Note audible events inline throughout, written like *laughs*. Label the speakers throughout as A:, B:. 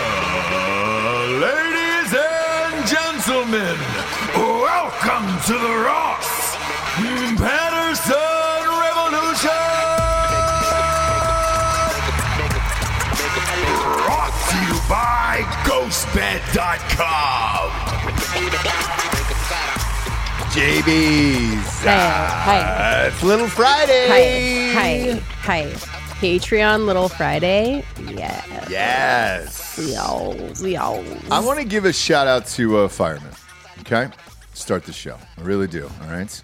A: Uh, ladies and gentlemen, welcome to the Ross Patterson Revolution! Brought to you by GhostBed.com. JB's.
B: Hi,
A: It's Little Friday.
B: Hi, hi, hi. Patreon Little Friday. Yeah.
A: Yes.
B: Yo, yo.
A: I want to give a shout out to uh, firemen. Okay, start the show. I really do. All right.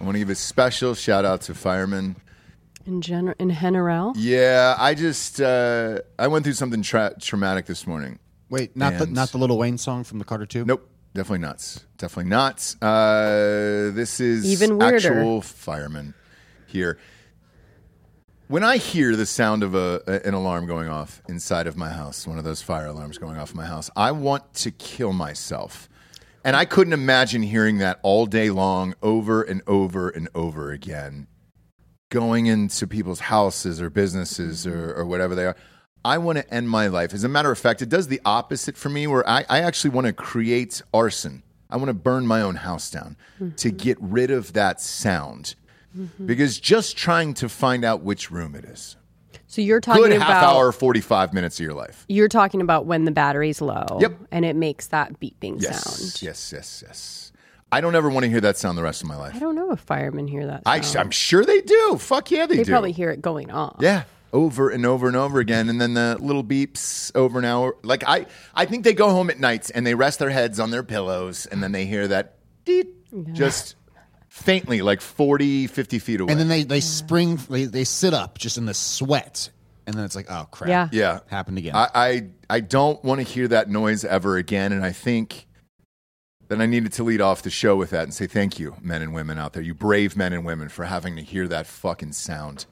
A: I want to give a special shout out to firemen.
B: In general, in Henerel.
A: Yeah, I just uh, I went through something tra- traumatic this morning.
C: Wait, not the
A: And-
C: not the Little Wayne song from the Carter Two.
A: Nope, definitely not. Definitely not. Uh, this is
B: Even weirder.
A: actual firemen here. When I hear the sound of a, a- an alarm going off inside of my house, one of those fire alarms going off in my house, I want to kill myself. And I couldn't imagine hearing that all day long, over and over and over again, going into people's houses or businesses or, or whatever they are. I want to end my life. As a matter of fact, it does the opposite for me, where I, I actually want to create arson. I want to burn my own house down
B: Mm-hmm.
A: to get rid of that sound. Because just trying to find out which room it is,
B: So you're talking
A: good
B: about
A: half hour, 45 minutes of your life.
B: you're talking about when the battery's low.
A: Yep.
B: And it makes that beeping
A: Yes.
B: sound.
A: Yes, yes, yes. I don't ever want to hear that sound the rest of my
B: I
A: life.
B: don't know if firemen hear that.
A: I,
B: sound.
A: I'm sure they do. Fuck yeah, they,
B: they
A: do.
B: probably hear it going off.
A: Yeah, over and over and over again, and then the little beeps over an hour. Like I, I think they go home at nights and they rest their heads on their pillows, and then they hear that deet just faintly, like 40, 50 feet away.
C: And then they they spring they, they sit up just in the sweat, and then it's like oh crap.
B: Yeah.
A: yeah,
C: Happened again.
A: I, I, I don't want to hear that noise ever again, and I think. Then I needed to lead off the show with that and say thank you, men and women out there, you brave men and women, for having to hear that fucking sound.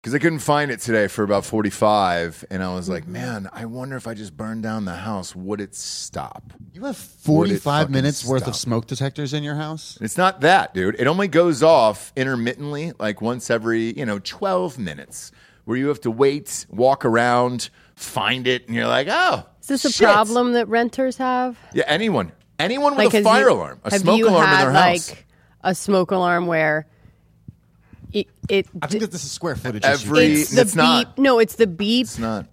A: because I couldn't find it today for about 45. And I was like,
B: Mm-hmm.
A: man, I wonder if I just burned down the house, would it stop?
C: you have
A: Would it
C: forty five
A: fucking
C: minutes worth
A: stop?
C: of smoke detectors in your house.
A: And it's not that, dude. It only goes off intermittently, like once every, you know, 12 minutes, where you have to wait, walk around, find it, and you're like, oh.
B: Is this a
A: shit.
B: problem that renters have?
A: Yeah, anyone. Anyone with a
B: has
A: fire
B: you-
A: alarm, a
B: have
A: smoke
B: you
A: alarm
B: had,
A: in their house.
B: Like a smoke alarm where it, it
C: I think that this is square footage.
A: Every-
C: issue.
B: it's the
A: It's
B: beep.
A: not.
B: No, it's the beep,
A: it's not.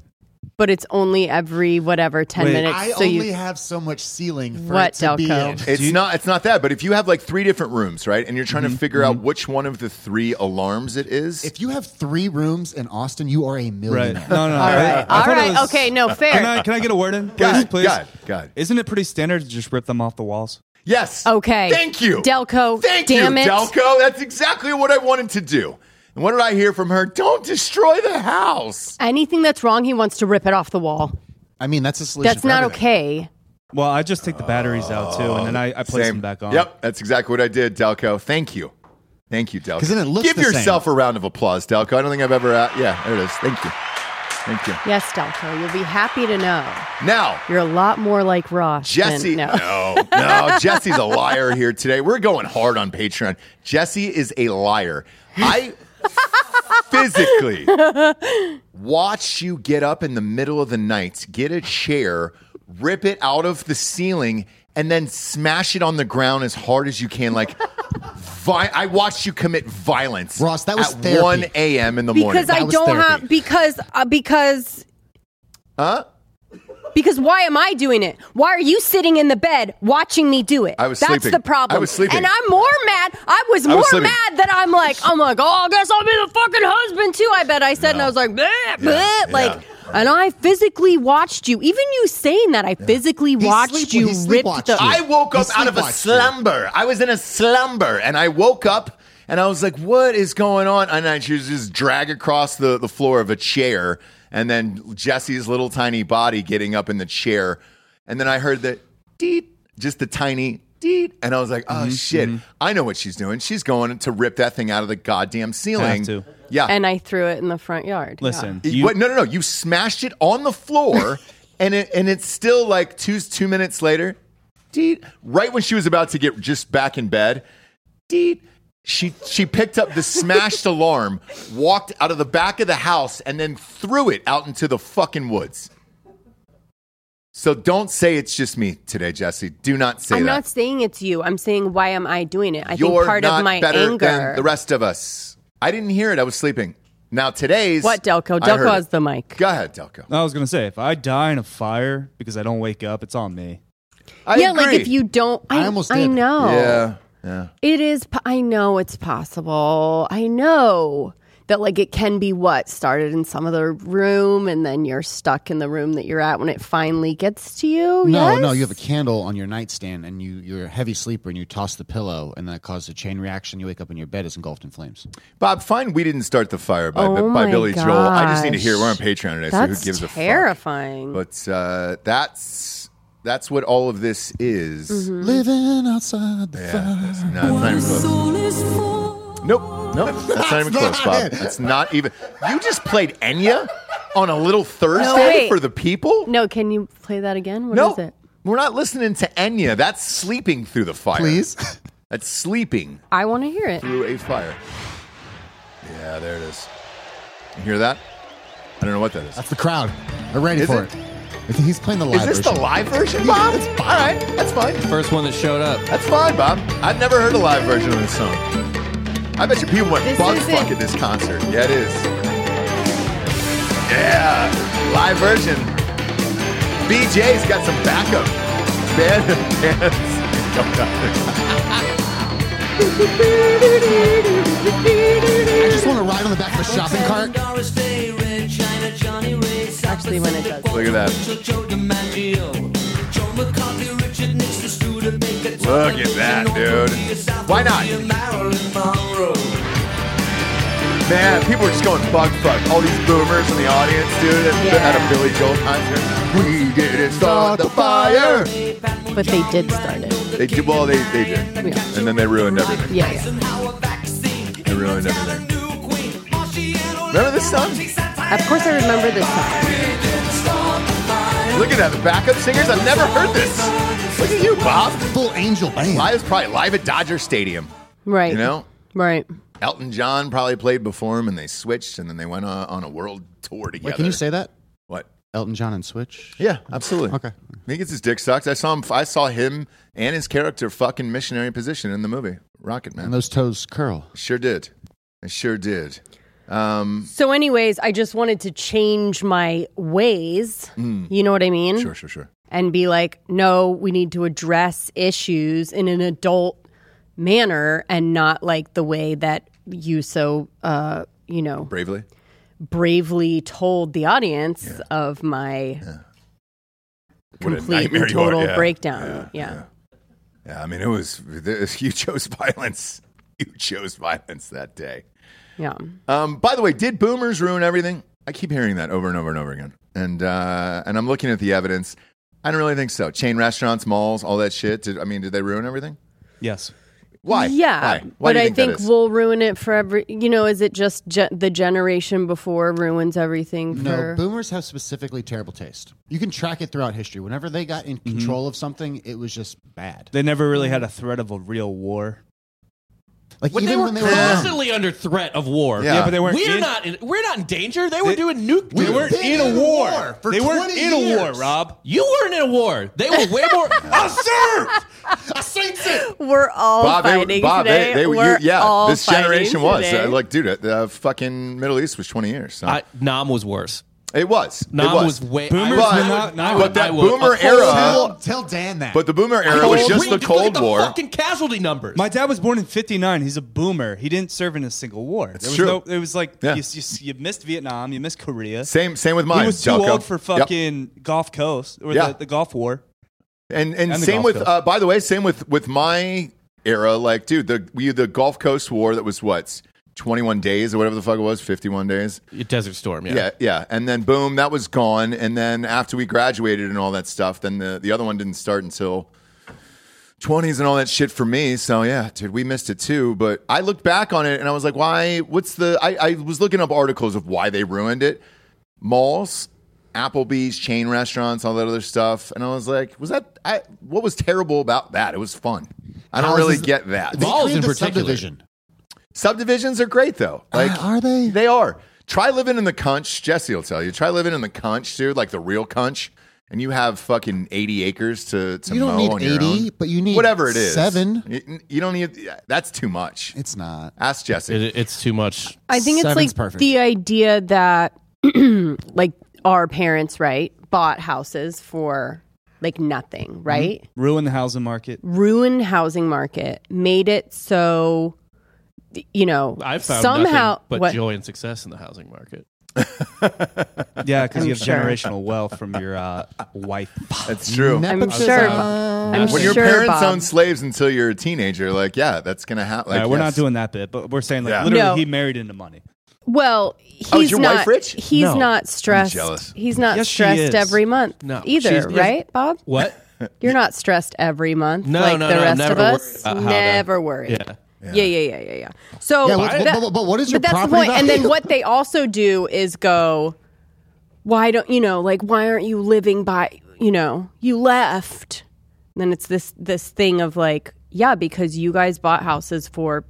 B: but it's only every whatever ten
D: Wait,
B: minutes.
C: I
B: so
C: only
B: you,
C: have so much ceiling for
B: What,
C: it to be
B: Delco?
C: in.
A: It's not. It's not that. But if you have like three different rooms, right, and you're trying to figure out which one of the three alarms it is,
C: If you have three rooms in Austin, you are a
D: Right.
C: millionaire.
D: No, no. no.
B: all
D: I-
B: right,
D: I
B: all
D: thought it
B: right,
D: was- Uh,
B: okay, no fair.
D: Can I, can I get a word in, please?
A: God,
D: please?
A: God, God.
D: Isn't it pretty standard to just rip them off the walls?
A: Yes.
B: Okay.
A: Thank you.
B: Delco,
A: Thank
B: damn
A: you,
B: it.
A: Delco. That's exactly what I wanted to do. And what did I hear from her? Don't destroy the house.
B: Anything that's wrong, he wants to rip it off the wall.
C: I mean, that's a solution.
B: That's
C: for
B: not
C: everything.
B: okay.
D: Well, I just take the batteries out too, and then I, I place them back on.
A: Yep, that's exactly what I did, Delco. Thank you. Thank you, Delco.
C: 'Cause then it looks
A: Give
C: the same.
A: yourself a round of applause, Delco. I don't think I've ever. Uh, yeah, there it is. Thank you. Thank you.
B: Yes, Delco, you'll be happy to know
A: Now,
B: you're a lot more like Ross.
A: Jesse.
B: than, no.
A: no, no, Jesse's a liar here today. We're going hard on Patreon. Jesse is a liar. I physically watch you get up in the middle of the night, get a chair, rip it out of the ceiling, and then smash it on the ground as hard as you can. Like, vi- I watched you commit violence.
C: Ross, that was
A: at
C: therapy.
A: 1 a.m. in the morning.
B: because I
C: That was
B: don't
C: therapy.
B: have because uh, because
A: huh?
B: because why am I doing it? Why are you sitting in the bed watching me do it?
A: I was
B: That's
A: sleeping.
B: the problem.
A: I was sleeping.
B: And I'm more mad. I was
A: I
B: more
A: was sleeping.
B: mad that I'm like, I'm like, oh, I guess I'll be the fucking husband too. I bet I said, and I was like, bleh, bleh,
A: yeah.
B: like, and I physically watched you. Even you saying that, I physically watched
C: sleep-
B: you
C: he
B: rip
C: sleepwatched
B: the.
C: you.
A: I woke
C: He
A: up out of a
C: sleepwalked you.
A: slumber. I was in a slumber and I woke up and I was like, what is going on? And I she was just drag across the, the floor of a chair and then Jesse's little tiny body getting up in the chair. And then I heard the deet, just the tiny deet. And I was like, oh
C: Mm-hmm,
A: shit, I know what she's doing. She's going to rip that thing out of the goddamn ceiling.
D: to.
A: Yeah.
B: And I threw it in the front yard. Yeah.
D: Listen,
A: It-
D: you-
A: wait, no, no, no. You smashed it on the
B: *laughs*
A: floor, and it and it's still like two two minutes later. Deet. Right when she was about to get just back in bed, deet. She she picked up the
B: *laughs*
A: smashed alarm, walked out of the back of the house, and then threw it out into the fucking woods. So don't say it's just me today, Jesse. Do not say
B: I'm
A: that.
B: not saying it's you. I'm saying why am I doing it? I
A: You're
B: think part
A: not
B: of my
A: better
B: anger.
A: than the rest of us. I didn't hear it. I was sleeping. Now today's
B: What Delco?
A: I heard
B: Delco has
A: it.
B: the mic.
A: Go ahead, Delco.
D: I was gonna say if I die in a fire because I don't wake up, it's on me.
A: I
B: yeah, like
A: agree.
B: if you don't, I,
C: I almost
B: I
C: did.
B: know.
A: Yeah, yeah.
B: It is. po- I know it's possible. I know that like it can be what started in some other room, and then you're stuck in the room that you're at when it finally gets to you.
C: No,
B: yes?
C: no, you have a candle on your nightstand and you, you're a heavy sleeper and you toss the pillow and that causes a chain reaction. You wake up and your bed is engulfed in flames.
A: Bob, fine. We didn't start the fire by,
B: Oh
A: by
B: my
A: Billy Joel. I just need to hear.
B: gosh.
A: We're on Patreon today,
B: That's
A: so who gives a fuck?
B: terrifying.
A: But uh, that's that's what all of this is.
B: Mm-hmm.
C: Mm-hmm. Living outside the fire.
A: No, that's not even close. Nope, nope. That's, not even close,
C: not
A: Bob.
C: it.
A: That's not even. You just played Enya on a little Thursday
B: wait.
A: for the people.
B: no, can you play that again? What is
A: no,
B: it?
A: we're not listening to Enya. That's sleeping through the fire.
C: Please.
A: that's sleeping
B: I want to hear it.
A: through a fire. Yeah, there it is. You hear that? I don't know what that is.
C: *laughs* That's the crowd. They're ready
A: Is
C: for
A: it?
C: it? I think He's playing the live
A: Is this
C: version.
A: the live version, Bob? All right, that's fine.
E: First one that showed up.
A: That's fine, Bob. I've never heard a live version of this song. I bet you people went
B: This
A: bug
B: is
A: fuck
B: it.
A: at this concert. Yeah, it is. Yeah, live version. BJ's got some backup. *laughs* Band bands.
C: I just want to ride on the back of a shopping cart.
B: Actually, when it does.
A: Look at that. Look at that, dude. Why not? Man, people are just going bug fuck. All these boomers in the audience, dude, at,
B: Yeah.
A: at a Billy Joel concert. We didn't start the fire.
B: But they did start it.
A: They did well. They they did,
B: Yeah.
A: and then they ruined everything.
B: Yeah, yeah.
A: They ruined everything. Remember this song?
B: Of course, I remember this song.
A: Look at that. The backup singers. I've never heard this. Look at you, Bob.
C: Full angel band.
A: Live probably live at Dodger Stadium.
B: Right.
A: You know,
B: Right.
A: Elton John probably played before him, and they switched, and then they went uh, on a world tour together.
C: Wait, can you say that?
A: what?
C: Elton John and Switch?
A: Yeah, absolutely.
C: Okay.
A: He gets his dick sucked. I saw him. I saw him and his character fucking missionary position in the movie Rocket Man.
C: And those toes curl.
A: sure did. I sure did. Um,
B: So, anyways, I just wanted to change my ways. You know what I mean?
A: Mm. sure, sure, sure.
B: And be like, no, we need to address issues in an adult manner and not like the way that you so, uh, you know,
A: Bravely.
B: bravely told the audience of my
A: What a
B: complete
A: nightmare
B: and
A: you are.
B: total
A: Yeah.
B: breakdown. Yeah.
A: Yeah, I mean, it was *laughs* this, you chose violence. You chose violence that day.
B: Yeah.
A: Um, by the way, did boomers ruin everything? I keep hearing that over and over and over again, and uh, and I'm looking at the evidence. I don't really think so. Chain restaurants, malls, all that shit. Did, I mean, did they ruin everything?
D: Yes.
A: Why?
B: Yeah.
A: Why? Why
B: but
A: do you
B: I
A: think, that
B: think
A: is?
B: we'll ruin it for every, you know, is it just ge- the generation before ruins everything for.
C: No, boomers have specifically terrible taste. You can track it throughout history. Whenever they got in control of something, it was just bad.
D: They never really had a threat of a real war.
C: Like
E: But
C: even
E: they were
C: when they were young,
E: constantly under threat of war.
A: Yeah.
D: but they weren't.
E: We're
D: in-
E: not. In, we're not in danger. They were doing nuke.
C: We
D: They
E: deals.
D: weren't
C: They've
D: in
C: been
D: a
C: in
D: war.
C: war for
D: they weren't
C: 20
D: in a war,
C: years.
D: Rob.
E: You weren't in a war. They were way
A: *laughs*
E: more. I served.
B: We're all
A: Bob, they-
B: fighting
A: Bob,
B: today.
A: they, they,
B: We're
A: you, yeah,
B: all
A: this
B: fighting
A: generation was
B: today.
A: uh, like, dude, uh, the fucking Middle East was 20 years. So.
E: I, Nam was worse.
A: it was.
E: Nam
A: it was.
E: was. way.
D: Boomers
E: I,
A: but,
D: were not- not-
A: but that
E: I would-
A: boomer
E: a whole
A: era.
C: tell, tell Dan that.
A: But the boomer era
E: I
A: was
E: would-
A: just
E: we-
A: the
E: look
A: Cold
E: at the
A: War.
E: Fucking casualty numbers.
D: My dad was born in '59. He's a boomer. He didn't serve in a single war. There was
A: true.
D: No, it was like
A: Yeah.
D: you, you, you missed Vietnam. You missed Korea.
A: Same, same with mine.
D: he was too
A: Delco.
D: old for
A: Yep.
D: fucking Gulf Coast or
A: Yeah.
D: the, the Gulf War.
A: And and,
D: And the
A: same
D: Gulf
A: with
D: Coast.
A: uh, by the way, same with with my era. Like, dude, the we the Gulf Coast War that was what twenty one days or whatever the fuck it was, fifty one days.
E: Desert Storm.
A: Yeah, yeah. And then boom, that was gone. And then after we graduated and all that stuff, then the the other one didn't start until. 20s and all that shit for me. So, yeah, dude, we missed it too. But I looked back on it and I was like, why? What's the. I, I was looking up articles of why they ruined it. malls, Applebee's, chain restaurants, all that other stuff. And I was like, was that I, what was terrible about that? It was fun. I don't
C: Houses-
A: really get that.
C: they
E: Malls
C: created
E: in
C: the
E: particular.
C: subdivision.
A: Subdivisions are great though. Like
C: Uh, are they?
A: They are. Try living in the conch. Jesse will tell you. Try living in the conch, dude, like the real conch. And you have fucking eighty acres to, to
C: You don't
A: mow
C: need
A: on your
C: 80,
A: own.
C: but you need
A: whatever it is.
C: seven.
A: You, you don't need. That's too much.
C: It's not.
A: Ask Jesse.
E: It, it's too much.
B: I think it's
C: Seven's
B: like
C: perfect.
B: the idea that *clears throat* like our parents, right, bought houses for like
A: Mm-hmm.
B: nothing, right?
D: Ruin the housing market.
B: Ruined housing market, made it so you know
E: I've found
B: somehow
E: nothing but
B: what-
E: joy and success in the housing market.
D: Yeah, because you have
B: sure.
D: generational wealth from your uh, wife.
A: *laughs* That's true.
B: I'm
C: Nepotism.
B: sure. I'm
A: when
B: sure,
A: your parents
B: Bob.
A: own slaves until you're a teenager, like yeah, that's gonna happen. Like,
D: All right, we're
A: yes.
D: not doing that bit, but we're saying like
A: Yeah.
D: literally
B: No.
D: he married into money.
B: Well, he's
A: Oh, is your
B: not
A: wife rich?
B: he's
D: No.
B: not stressed.
A: jealous.
B: He's not
D: Yes, she is.
B: stressed every month
E: No, she's-
B: either, right, Bob?
E: What?
B: You're not stressed every month
E: No,
B: like
E: no,
B: the
E: no,
B: rest
E: never
B: of us.
E: worried about how to-
B: never worried.
E: Yeah.
B: Yeah. yeah, yeah, yeah, yeah, So,
C: Yeah, what- but- but- but what is your
B: But that's the
C: property
B: point. And
C: value?
B: then what they also do is go, why don't you know? Like, why aren't you living by? You know, you left. And then it's this this thing of like, yeah, because you guys bought houses for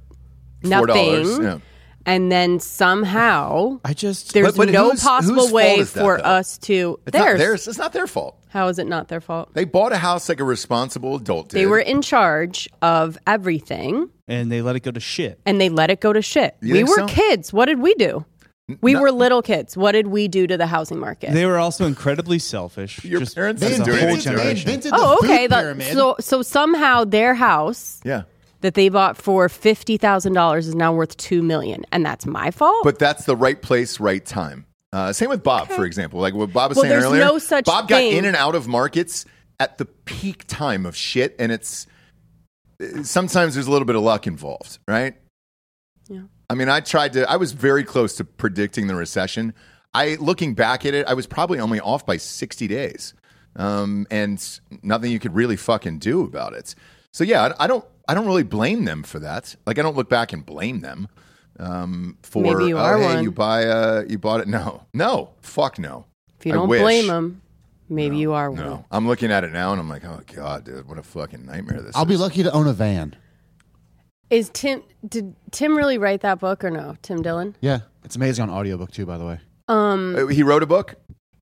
B: nothing,
A: $4, yeah.
B: and then somehow
E: I just
B: there's
A: But- but
B: no
A: whose- whose
B: possible
A: fault
B: way
A: is that,
B: for
A: though?
B: us to.
A: It's not
B: Theirs.
A: theirs. It's not their fault.
B: How is it not their fault?
A: They bought a house like a responsible adult did.
B: They were in charge of everything
D: And they let it go to shit.
B: and they let it go to shit.
A: You
B: we
A: think
B: were
A: so?
B: kids. What did we do? We were little kids. What did we do to the housing market?
D: They were also incredibly selfish.
A: Your
D: just
A: parents
D: as
A: didn't
D: a
A: do
D: whole
A: anything to it.
C: They
D: generation.
C: invented the
B: oh, okay.
C: food
B: the-
C: pyramid.
B: so so somehow their house
A: yeah.
B: that they bought for fifty thousand dollars is now worth two million, and that's my fault.
A: But that's the right place, right time. Uh, same with Bob, for example. Like what Bob was
B: Well,
A: saying
B: there's
A: earlier.
B: no such
A: Bob got
B: thing.
A: in and out of markets at the peak time of shit, and it's sometimes there's a little bit of luck involved, right?
B: Yeah.
A: I mean, I tried to. I was very close to predicting the recession. I, looking back at it, I was probably only off by sixty days, um, and nothing you could really fucking do about it. So yeah, I, I don't. I don't really blame them for that. Like, I don't look back and blame them um, for.
B: Maybe you
A: oh,
B: are
A: hey,
B: one."
A: you buy. Uh, you bought it. No, no, fuck no.
B: if you
A: I
B: don't
A: wish.
B: blame them, maybe you are one.
A: No, I'm looking at it now, and I'm like, oh god, dude, what a fucking nightmare this.
C: I'll
A: is.
C: be lucky to own a van.
B: Is Tim? Did Tim really write that book or no? Tim Dillon?
C: Yeah, it's amazing on audiobook too, by the way.
A: Uh, He wrote a book.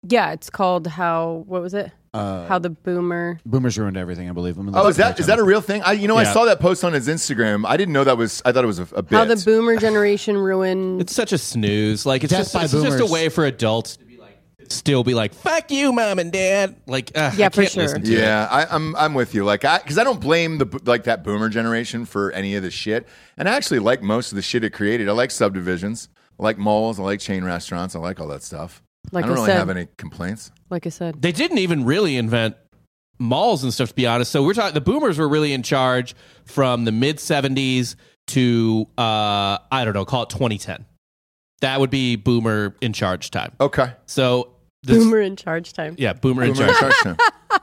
B: Yeah, it's called how. What was it?
A: Uh,
B: how the boomer.
C: Boomers ruined everything, I believe. I'm gonna
A: Oh,
C: look
A: is that
C: back
A: is
C: on
A: that a real thing? I, you know, I
E: Yeah.
A: saw that post on his Instagram. I didn't know that was. I thought it was a, a bit.
B: How the boomer generation ruined
E: It's such a snooze. Like it's
C: Death
E: just
C: by
E: it's just a
C: boomers.
E: way for adults to be like still be like fuck you mom and dad. Like uh,
B: Yeah,
E: I
B: for
E: can't
B: sure.
E: listen to it.
A: Yeah, I, I'm I'm with you. Like, I because I don't blame the bo- like that boomer generation for any of the shit, and I actually like most of the shit it created. I like subdivisions, I like malls, I like chain restaurants, I like all that stuff.
B: Like
A: I don't
B: I
A: really
B: said.
A: have any complaints.
B: Like I said,
E: They didn't even really invent malls and stuff to be honest. So we're talking the boomers were really in charge from the mid 70s to uh I don't know, call it 2010. That would be boomer in charge time.
A: Okay,
E: So this,
B: boomer in charge time.
E: yeah, boomer in
A: Boomer
E: charge.
A: starts
B: *laughs*
A: now.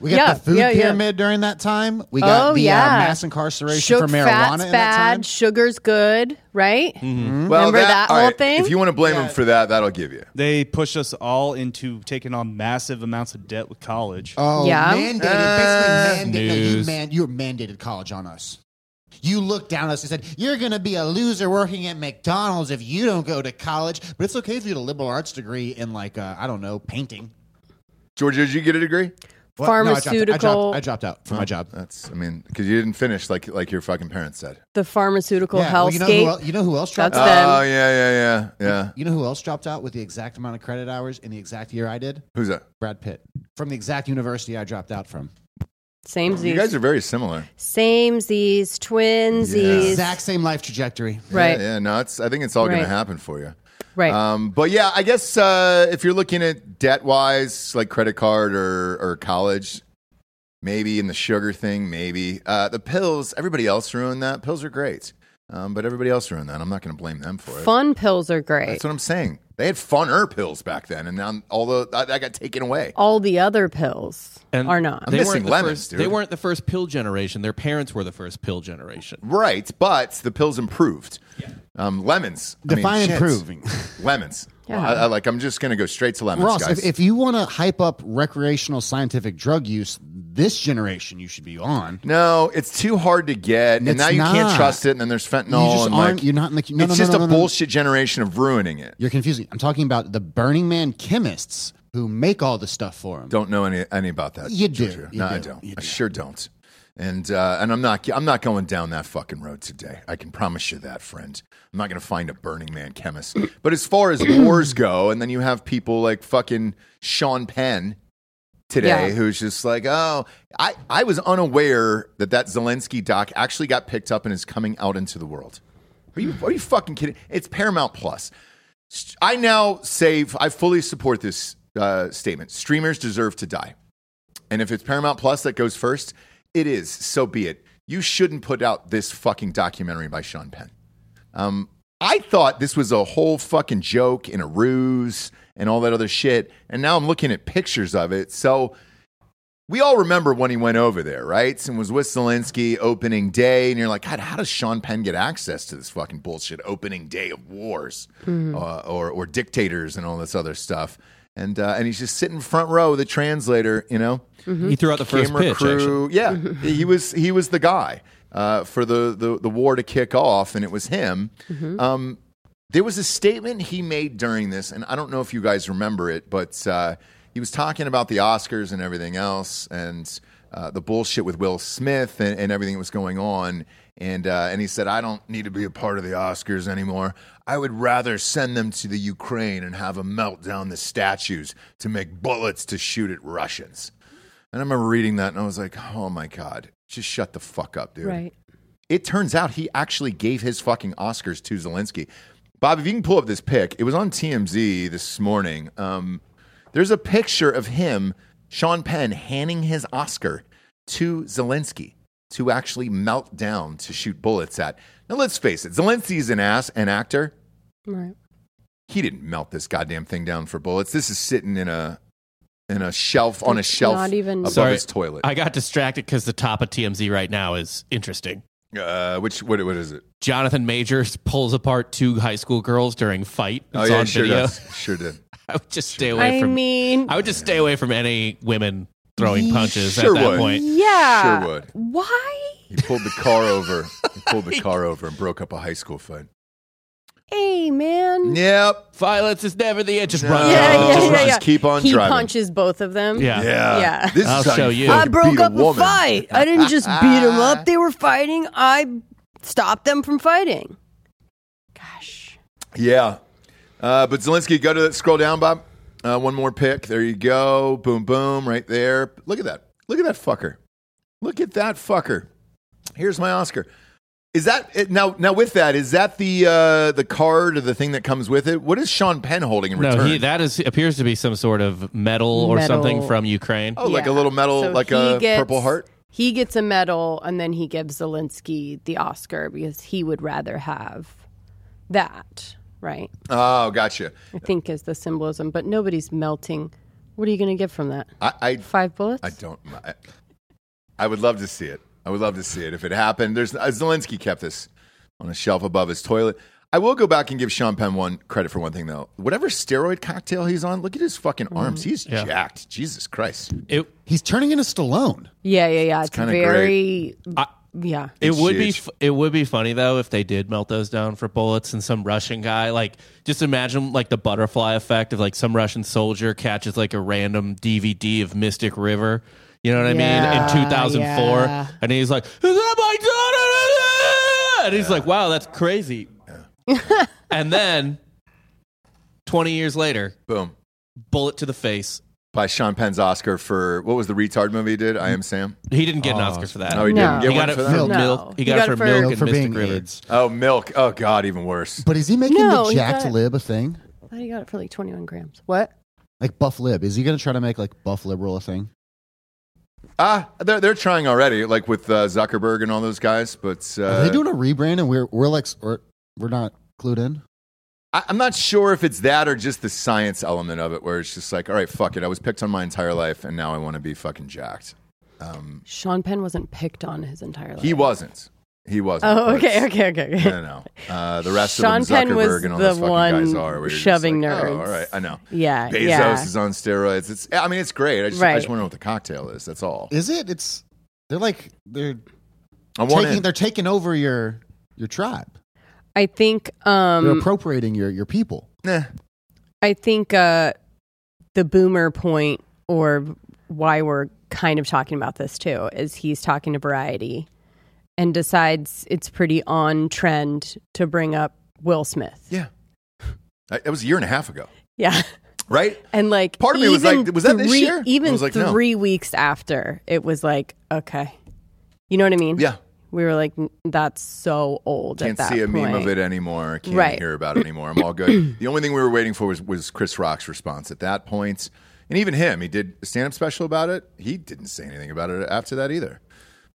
C: We got
B: Yeah,
C: the food
B: yeah, yeah.
C: pyramid during that time. We got
B: Oh,
C: the
B: yeah.
C: uh, mass incarceration
B: Shook
C: for marijuana
B: fat's
C: in that time.
B: bad, sugar's good, right?
E: Mm-hmm.
A: well,
B: Hmm? Remember that
A: all
B: whole
A: right,
B: thing?
A: If you want to blame him for that, that'll give you.
D: They pushed us all into taking on massive amounts of debt with college.
C: Oh,
B: Yeah.
C: mandated.
A: Ah,
C: basically mandated. No, you,
E: News.
C: man, you were mandated college on us. You looked down at us and said, You're going to be a loser working at McDonald's if you don't go to college, but it's okay if you get a liberal arts degree in, like, uh, I don't know, painting.
A: Georgia, did you get a degree?
C: What? No, I dropped out. I dropped-
B: Pharmaceutical-
C: I dropped, out for my job.
A: That's I mean, because you didn't finish like like your fucking parents said.
B: The pharmaceutical
C: Yeah, well, you, know
B: hellscape.
C: who el- you know who else dropped
B: That's
C: out?
B: the-
A: Oh yeah, yeah, yeah, yeah.
C: you know who else dropped out with the exact amount of credit hours in the exact year I did?
A: Who's that?
C: Brad Pitt from the exact university I dropped out from.
B: Same
A: You guys are very similar.
B: Same Z's, twinsies.
C: Exact same life trajectory.
B: Right,
A: Yeah, yeah, no, it's. I think it's all going
B: Right.
A: to happen for you.
B: right.
A: Um, but yeah, I guess uh, if you're looking at debt wise, like credit card or, or college, maybe in the sugar thing, maybe uh, the pills. Everybody else ruined that. Pills are great, um, but everybody else ruined that. I'm not going to blame them for it.
B: Fun pills are great.
A: That's what I'm saying. They had funner pills back then, and now all the that, that got taken away.
B: All the other pills
E: And
B: are not.
E: They
A: missing
E: weren't, the
A: lemons,
E: first,
A: dude.
E: they weren't the first pill generation. Their parents were the first pill generation.
A: Right, but the pills improved. Um, lemons. I mean,
C: Define
A: shit.
C: improving.
A: Lemons.
B: *laughs*
A: I, I like. I'm just going to go straight to lemons,
C: Ross,
A: guys.
C: if, if you want to hype up recreational scientific drug use, this generation you should be on.
A: No, it's too hard to get, and
C: It's
A: now you can't
C: not.
A: trust it. And then there's fentanyl,
C: you just
A: and
C: aren't.
A: like
C: you're not in the. No,
A: it's
C: no, no,
A: just
C: no,
A: a
C: no, no.
A: bullshit generation of ruining it.
C: You're confusing. I'm talking about the Burning Man chemists who make all the stuff for him.
A: Don't know any any about that.
C: You do.
A: Giorgio.
C: You
A: no,
C: do.
A: I don't.
C: You
A: I
C: do.
A: sure don't. And uh, and I'm not I'm not going down that fucking road today. I can promise you that, friend. I'm not going to find a Burning Man chemist. But as far as wars go, and then you have people like fucking Sean Penn today,
B: Yeah.
A: who's just like, oh, I I was unaware that that Zelensky doc actually got picked up and is coming out into the world. Are you are you fucking kidding? It's Paramount Plus. St- I now save. I fully support this uh, statement. Streamers deserve to die, and if it's Paramount Plus that goes first, it is. So be it. You shouldn't put out this fucking documentary by Sean Penn. Um, I thought this was a whole fucking joke and a ruse and all that other shit, and now I'm looking at pictures of it. So we all remember when he went over there, right? And was with Zelensky opening day, and you're like, God, how does Sean Penn get access to this fucking bullshit opening day of wars uh, or or dictators and all this other stuff? And uh, and he's just sitting front row with a translator, you know,
B: Mm-hmm.
E: He threw out the first
A: camera
E: pitch. Actually.
A: crew. Yeah, he was he was the guy uh, for the, the the war to kick off, and it was him. Um, there was a statement he made during this, and I don't know if you guys remember it, but uh, he was talking about the Oscars and everything else, and uh, the bullshit with Will Smith and, and everything that was going on. And uh, and he said, I don't need to be a part of the Oscars anymore. I would rather send them to the Ukraine and have them melt down the statues to make bullets to shoot at Russians. And I remember reading that, and I was like, Oh my god, just shut the fuck up, dude
B: Right.
A: it turns out he actually gave his fucking Oscars to Zelensky. Bob, if you can pull up this pic, it was on TMZ this morning. Um, there's a picture of him, Sean Penn, handing his Oscar to Zelensky to actually melt down to shoot bullets at. Now, let's face it, Zelensky's an ass, an actor.
B: Right.
A: He didn't melt this goddamn thing down for bullets. This is sitting in a in a shelf on a shelf
B: not even-
A: above
E: Sorry.
A: his toilet.
E: I got distracted because the top of TMZ right now is interesting.
A: uh, which what what is it?
E: Jonathan Majors pulls apart two high school girls during fight. It's
A: Oh, yeah,
E: on
A: sure
E: video.
A: does. Sure did.
E: *laughs* I would just stay away
B: I
E: from.
B: mean,
E: I would just stay away from any women throwing
A: You
E: punches
A: sure
E: at that
A: would.
E: point.
B: yeah.
A: Sure would.
B: Why?
A: He pulled the
B: *laughs*
A: car over. He pulled the car over and broke up a high school fight.
B: Hey, man.
A: Yep.
E: Violence is never the end. Just
A: No.
E: run.
B: Yeah,
A: Oh,
B: yeah,
A: just-
B: yeah, yeah.
A: just keep on
B: he
A: driving.
B: punches both of them.
E: Yeah.
A: Yeah.
B: Yeah.
A: This
E: I'll
A: is how
E: show
A: you.
E: you.
B: I
A: fucking
B: broke
A: beat a
B: up a
A: woman.
B: fight. I
A: *laughs*
B: didn't just beat them up. They were fighting. I stopped them from fighting. Gosh.
A: Yeah. Uh, but Zelensky, go to that. Scroll down, Bob. Uh, one more pick. There you go. Boom, boom. Right there. Look at that. Look at that fucker. Look at that fucker. Here's my Oscar. Is that it- now? Now with that, is that the uh, the card or the thing that comes with it? What is Sean Penn holding in
E: No,
A: return?
E: he, that is appears to be some sort of medal or
B: Medal.
E: something from Ukraine.
A: oh, like a
B: Yeah.
A: little medal,
B: So
A: like
B: he
A: a
B: gets-
A: purple heart.
B: He gets a medal and then he gives Zelensky the Oscar because he would rather have that, right?
A: Oh, gotcha.
B: I think is the symbolism, but nobody's melting. What are you going to get from that?
A: I, I
B: Five bullets?
A: I don't. I, I would love to see it. I would love to see it if it happened. There's uh, Zelensky kept this on a shelf above his toilet. I will go back and give Sean Penn one credit for one thing though. Whatever steroid cocktail he's on, look at his fucking arms. He's
E: Yeah.
A: jacked. Jesus Christ.
E: It
C: He's turning into Stallone.
B: yeah, yeah, yeah. It's,
A: kinda
B: very.
E: I-
B: yeah.
E: it
A: It's
E: would be
A: huge.
E: f- it would be funny though if they did melt those down for bullets and some Russian guy like just imagine like the butterfly effect of like some Russian soldier catches like a random DVD of Mystic River. You know what I
B: Yeah,
E: mean? In 2004,
B: yeah.
E: and he's like, "Is that my daughter?" And he's like, "Wow, that's crazy." and then, 20 years later,
A: Boom.
E: bullet to the face.
A: By Sean Penn's Oscar for what was the retard movie he did? I Am Sam.
E: He didn't get an Oscar for that.
A: Oh, No, he
B: No.
A: didn't get
E: He got
A: one
E: it
A: for
E: for
A: that.
E: milk.
B: No.
E: He got it for milk and
C: for
E: Mystic
C: being
E: River.
C: AIDS.
A: Oh, milk. Oh God, even worse.
C: But is he making
B: No,
C: the
B: he's
C: jacked
B: got-
C: lib a thing?
B: I thought he got it for like 21 grams. What?
C: Like buff lib? Is he going to try to make like buff liberal a thing?
A: Ah, they're they're trying already, like with uh, Zuckerberg and all those guys. But uh,
C: Are Oh, they doing a rebrand and we're we're like we're, we're not clued in?
A: I, I'm not sure if it's that or just the science element of it, where it's just like, all right, fuck it. I was picked on my entire life, and now I want to be fucking jacked. Um,
B: Sean Penn wasn't picked on his entire life.
A: he wasn't. He wasn't.
B: Oh,
A: but-
B: okay, okay, okay. okay.
A: No, no. no. Uh, the rest
B: Sean
A: of them,
B: Penn
A: Zuckerberg
B: was
A: and all
B: the
A: those fucking guys
B: one
A: are. where you're just
B: shoving
A: like, Oh,
B: nerds.
A: all right, I know.
B: Yeah,
A: Bezos
B: yeah.
A: is on steroids. It's. I mean, it's great. I just, I
B: Right.
A: just want to know what the cocktail is. That's all.
C: Is it? It's they're like they're
A: I want
C: taking
A: in.
C: they're taking over your your tribe.
B: I think
C: They're
B: um
C: appropriating your your people.
A: Nah.
B: I think uh the boomer point or why we're kind of talking about this too is he's talking to variety and decides it's pretty on trend to bring up Will Smith.
A: Yeah. I- That was a year and a half ago,
B: Yeah. *laughs*
A: right?
B: And like
A: Part of me was
B: even
A: like, was that this
B: three-
A: year? I
B: Even
A: was like, no.
B: three weeks after, it was like, okay. You know what I mean?
A: Yeah.
B: We were like, "N- that's so old. at
A: Can't
B: that
A: see a meme of
B: point."
A: it anymore. Can't
B: Right.
A: hear about it anymore. I'm all good.
B: *clears throat*
A: the only thing we were waiting for was, was Chris Rock's response at that point. And even him, he did a stand up special about it. He didn't say anything about it after that either.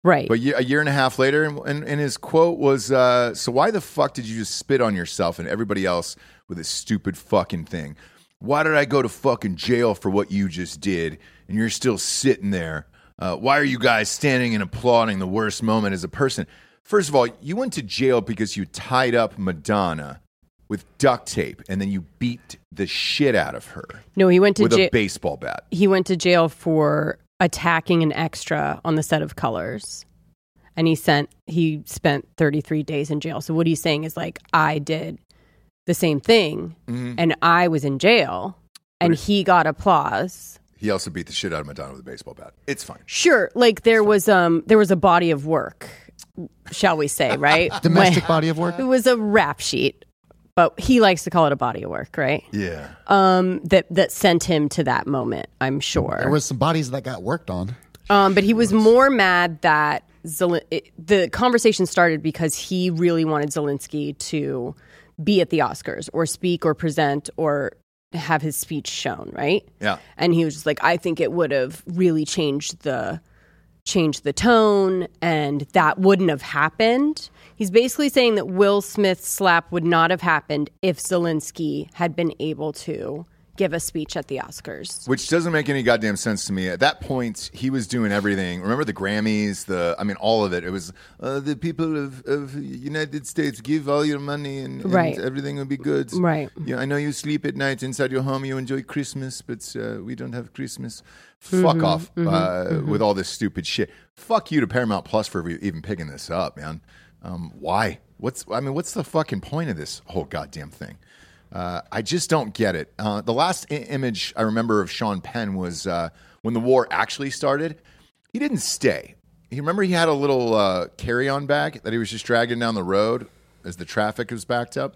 B: Right.
A: But ye- a year and a half later, and, and, and his quote was uh, So why the fuck did you just spit on yourself and everybody else with this stupid fucking thing? Why did I go to fucking jail for what you just did and you're still sitting there? Uh, why are you guys standing and applauding the worst moment as a person? First of all, you went to jail because you tied up Madonna with duct tape and then you beat the shit out of her
B: no, he went to
A: with
B: jail.
A: a baseball bat.
B: he went to jail for attacking an extra on the set of colors and he sent he spent 33 days in jail so what he's saying is like i did the same thing and i was in jail and he got applause
A: He also beat the shit out of Madonna with a baseball bat. It's fine.
B: sure like there was um there was a body of work shall we say right
C: Domestic
B: When-
C: body of work.
B: it was a rap sheet but he likes to call it a body of work right
A: Yeah.
B: um that that sent him to that moment i'm sure
C: There was some bodies that got worked on.
B: Um, but he was more mad that Zelen- it, the conversation started because he really wanted Zelensky to be at the Oscars or speak or present or have his speech shown, right?
A: Yeah.
B: And he was just like, I think it would have really changed the changed the tone, and that wouldn't have happened. He's basically saying that Will Smith's slap would not have happened if Zelensky had been able to give a speech at the Oscars.
A: Which doesn't make any goddamn sense to me. At that point, he was doing everything. Remember the Grammys, the I mean, all of it. It was uh, the people of, of United States give all your money and, and
B: Right.
A: everything will be good.
B: Right.
A: Yeah, I know you sleep at night inside your home. You enjoy Christmas, but uh, we don't have Christmas. Fuck off uh, with all this stupid shit. Fuck you to Paramount Plus for even picking this up, man. Um, why? What's I mean? What's the fucking point of this whole goddamn thing? Uh, I just don't get it. Uh, the last I- image I remember of Sean Penn was uh, when the war actually started. He didn't stay. He remember he had a little uh, carry-on bag that he was just dragging down the road as the traffic was backed up.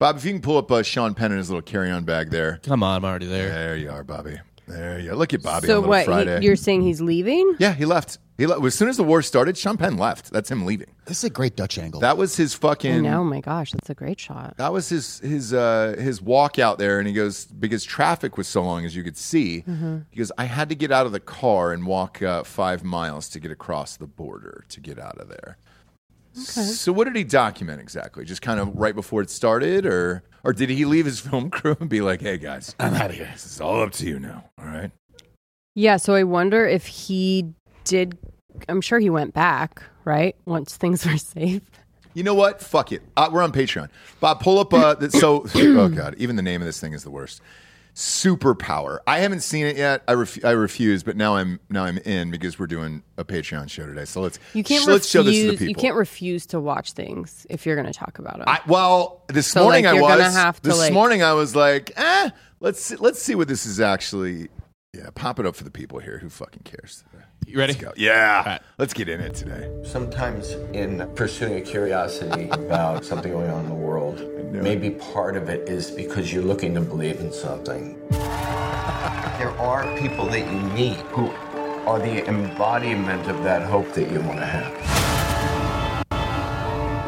A: Bob, if you can pull up uh, Sean Penn in his little carry-on bag there.
E: Come on, I'm already there.
A: There you are, Bobby. There you are. Look at Bobby
B: so
A: on Little
B: what? he-
A: Friday.
B: you're saying he's leaving?
A: yeah, he left. He left. As soon as the war started, Sean Penn left. That's him leaving.
C: This is a great Dutch angle.
A: That was his
B: I
A: fucking.
B: know, oh my gosh, that's a great shot.
A: That was his his uh, his walk out there, and he goes because traffic was so long as you could see. He goes, I had to get out of the car and walk uh, five miles to get across the border to get out of there. So what did he document exactly? Just kind of right before it started, or or did he leave his *laughs* film crew and be like, "Hey guys, I'm out of here. This is all up to you now. All right."
B: Yeah, so I wonder if he did. I'm sure he went back, right? Once *laughs* things were safe.
A: You know what? Fuck it. Uh, we're on Patreon. Bob, pull up.
E: *coughs*
A: Uh, th- so, *coughs* oh god, even the name of this thing is the worst. Superpower. I haven't seen it yet. I, ref- I refuse, but now I'm now I'm in because we're doing a Patreon show today. So let's
B: You can't
A: sh- let's show this to the
B: refuse.
A: people.
B: You can't refuse to watch things if you're going to talk about them.
A: I, well, this
B: So,
A: morning
B: like,
A: I
B: you're
A: was.
B: gonna have to,
A: this
B: like-
A: morning I was like, eh, let's see, let's see what this is actually. Yeah, pop it up for the people here. Who fucking cares?
E: You ready?
A: Go. Yeah, let's get in it today.
F: Sometimes, in pursuing a curiosity about something going on in the world, maybe part of it is because you're looking to believe in something. there are people that you meet who are the embodiment of that hope that you want to have.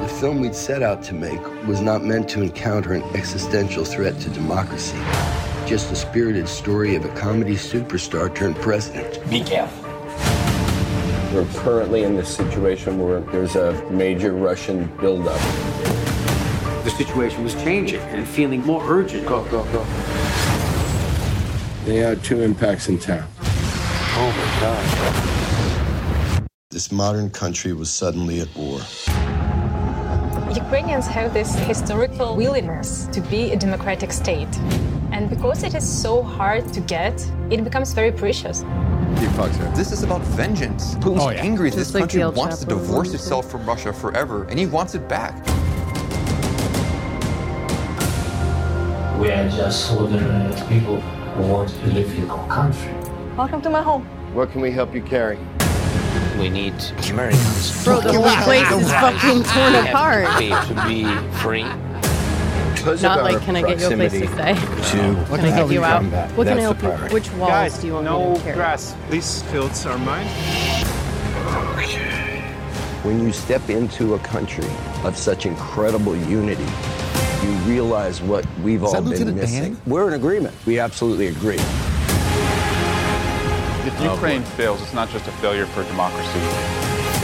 G: The film we'd set out to make was not meant to encounter an existential threat to democracy, just a spirited story of a comedy superstar turned president.
F: Be careful. We're currently in this situation where there's a major Russian buildup.
H: The situation was changing and feeling more urgent. Go, go, go.
G: They had two impacts in town.
H: Oh my God.
G: This modern country was suddenly at war.
I: Ukrainians have this historical willingness to be a democratic state. And because it is so hard to get, it becomes very precious.
A: He fucks her.
J: This is about vengeance. Putin's
C: Oh, yeah.
J: angry that
B: Just
J: this
B: like
J: country
B: the El
J: wants to
B: Chapo
J: divorce
B: movie.
J: itself from Russia forever, and he wants it back.
K: We are just ordinary people who want to live in our country.
I: Welcome to my home.
F: What can we help you carry?
K: We need Americans
B: Bro, the whole place is fucking torn
K: to
B: apart.
K: be, to be free.
F: Because
B: Not
F: of our
B: like, can I get you a place to
F: proximity
B: stay?
F: to
B: Can I help you out?
F: combat,
B: What
F: that's
B: can I
F: the
B: help you?
F: priority.
B: Which walls do you want me to carry?
D: These fields are mine.
G: When you step into a country of such incredible unity, you realize what we've all
C: that
G: been
C: Lieutenant
G: missing.
C: Dan?
G: We're in agreement. We absolutely agree.
L: If Ukraine fails, it's not just a failure for democracy.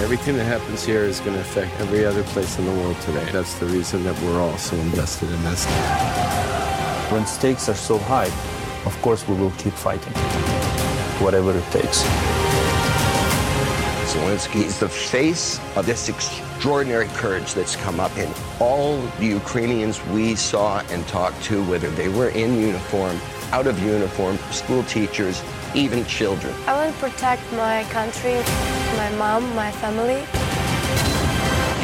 K: Everything that happens here is going to affect every other place in the world today. That's the reason that we're all so invested in this. When stakes are so high, of course we will keep fighting, whatever it takes.
G: Zelensky is the face of this extraordinary courage that's come up in all the Ukrainians we saw and talked to, whether they were in uniform, out of uniform, school teachers, even children.
I: I will protect my country, my mom, my family.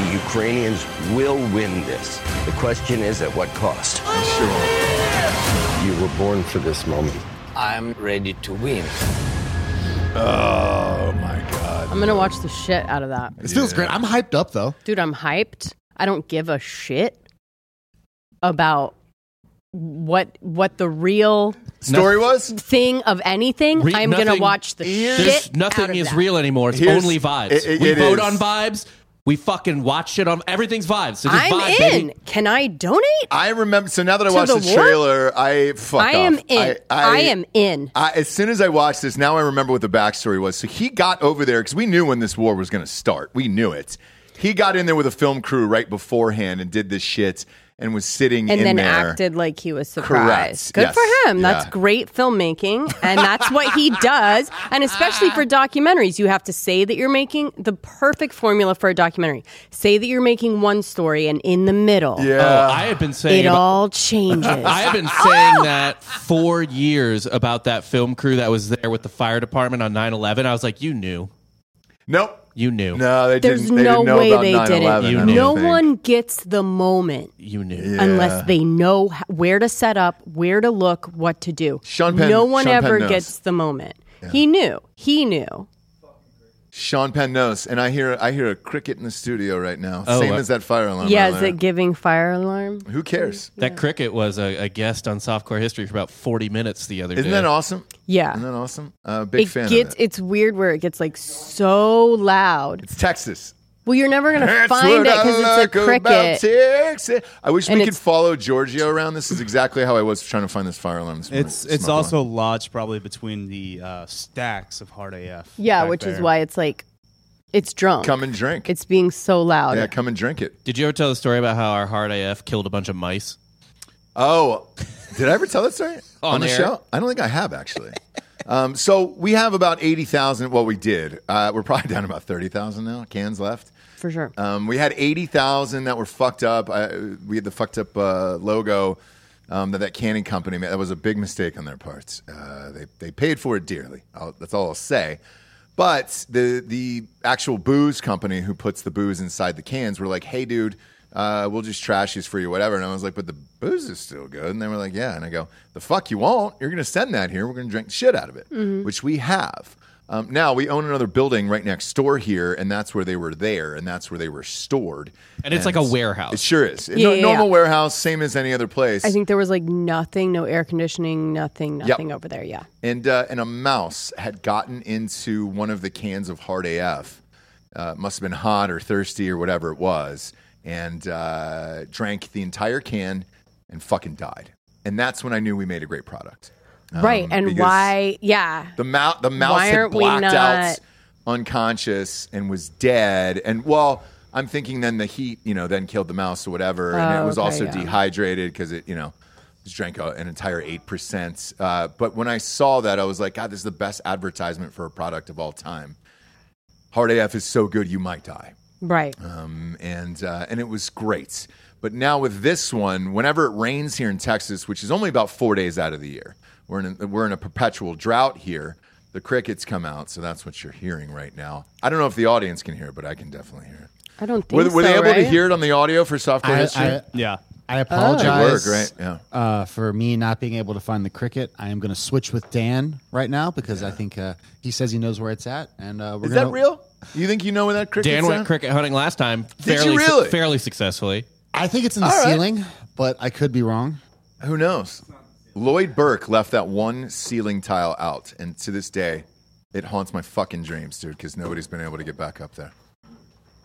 G: The Ukrainians will win this. The question is at what cost? You were born for this moment.
K: I'm ready to win.
A: Oh my god.
B: I'm gonna watch the shit out of that.
C: This feels great. I'm hyped up though.
B: Dude, I'm hyped. I don't give a shit about what what the real
A: Story was
B: thing of anything.
E: Re-
B: I'm gonna
E: nothing
B: watch the
E: is-
B: shit.
E: There's nothing
B: out of
E: is
B: that.
E: real anymore. It's
A: Here's-
E: only vibes.
A: it- it-
E: we
A: it
E: vote
A: is.
E: on vibes. We fucking watch shit on everything's vibes. So just
B: I'm
E: vibe,
B: in.
E: baby.
B: Can I donate?
A: I remember. So now that I
B: To
A: watched
B: the
A: the,
B: war?
A: trailer, I fuck.
B: I am
A: off.
B: in. I, am in.
A: I, as soon as I watched this, now I remember what the backstory was. So he got over there because we knew when this war was going to start. We knew it. He got in there with a film crew right beforehand and did this shit and was sitting
B: and
A: in
B: then
A: there.
B: acted like he was
A: Correct.
B: surprised. Good
A: Yes.
B: for him. That's
A: Yeah.
B: great filmmaking, and that's what he does. And especially for documentaries, you have to say that you're making the perfect formula for a documentary. Say that you're making one story, and in the middle,
A: Yeah.
E: Oh, I have been saying.
B: it
E: about-
B: all
A: *laughs*
B: changes.
E: I have been saying that for years about that film crew that was there with the fire department on 9/11. I was like, you knew,
A: nope.
E: you knew,
A: No, they
B: There's
A: didn't. They
B: no
A: didn't know
B: way
A: about
B: they
A: 9/11, I
E: You
B: didn't.
A: don't
B: No
A: think.
B: one gets the moment
E: you knew.
B: unless they know h- where to set up, where to look, what to do.
A: Sean Penn-
B: no one
A: Sean Penn
B: ever
A: knows.
B: gets the moment. He knew. He knew.
A: Sean Penn knows, and I hear I hear a cricket in the studio right now.
E: Oh,
A: Same
E: uh,
A: as that fire alarm.
B: Yeah, is
A: earlier.
B: it giving fire alarm?
A: Who cares?
E: That cricket was a, a guest on Softcore History for about 40 minutes the other day.
A: Isn't that awesome?
B: Yeah.
A: Isn't that awesome? Uh, big
B: it
A: fan.
B: gets
A: of that.
B: it's weird where it gets like so loud.
A: It's Texas.
B: Well, you're never gonna
A: That's
B: find
A: what
B: it
A: I
B: because
A: like
B: it's a
A: about
B: cricket.
A: Texas. I wish
B: And
A: we could
B: it's-
A: follow Giorgio around. This is exactly how I was trying to find this fire alarm. This morning.
D: It's it's
A: Smoke alarm.
D: also lodged probably between the uh, stacks of hard AF.
B: Yeah,
D: back
B: which is
D: there.
B: why it's like it's drunk.
A: come and drink.
B: It's being so loud.
A: yeah, come and drink it.
E: Did you ever tell the story about how our hard AF killed a bunch of mice?
A: Oh, *laughs* did I ever tell that story
E: On
A: the
E: air.
A: show? I don't think I have actually. um, so we have about eighty thousand. Well, we did. Uh, we're probably *laughs* down about thirty thousand now. Cans left.
B: for sure.
A: Um, we had eighty thousand that were fucked up. I, we had the fucked up uh, logo um, that that canning company made. That was a big mistake on their parts. Uh, they they paid for it dearly. I'll, that's all I'll say. But the the actual booze company who puts the booze inside the cans were like, "Hey, dude." Uh, we'll just trash these for you, whatever. And I was like, but the booze is still good. And they were like, yeah. And I go, the fuck you won't. You're going to send that here. We're going to drink the shit out of it, which we have. Um, now we own another building right next door here, and that's where they were there, and that's where they were stored.
E: And it's like a warehouse.
A: It sure is.
B: Yeah,
A: No-
B: yeah,
A: normal
B: yeah.
A: warehouse, same as any other place.
B: I think there was like nothing, no air conditioning, nothing, nothing over there. Yeah.
A: and uh, and a mouse had gotten into one of the cans of hard AF. Uh, it must have been hot or thirsty or whatever it was, and uh, drank the entire can and fucking died. And that's when I knew we made a great product.
B: right. And
A: Um, because-
B: why yeah.
A: The mouse, the mouse
B: Why
A: had
B: aren't we
A: blacked out
B: not-
A: unconscious and was dead. And well, I'm thinking then the heat, you know, then killed the mouse or whatever. and
B: Oh,
A: it was
B: okay,
A: also
B: yeah.
A: dehydrated because it, you know, just drank a, an entire 8%. Uh, but when I saw that, I was like, God, this is the best advertisement for a product of all time. Hard AF is so good you might die.
B: Right.
A: Um, and uh, and it was great. But now with this one, whenever it rains here in Texas, which is only about four days out of the year, we're in a, we're in a perpetual drought here. The crickets come out, so that's what you're hearing right now. I don't know if the audience can hear, it, but I can definitely hear it.
B: I don't think
A: Were, were they
B: so,
A: able to
B: right?
A: hear it on the audio for software
C: I-
A: history?
C: I-
D: yeah.
C: I apologize
A: It worked, Oh, right?
C: uh, for me not being able to find the cricket. I am going to switch with Dan right now because I think uh, he says he knows where it's at. And uh, we're
A: Is
C: gonna-
A: that real? You think you know where that cricket?
E: Dan went cricket hunting last time.
A: Did you
E: fairly, su-
A: really?
E: fairly successfully.
C: I think it's in the
A: All right.
C: ceiling, but I could be wrong.
A: Who knows? Lloyd Burke left that one ceiling tile out, and to this day, it haunts my fucking dreams, dude. Because nobody's been able to get back up there.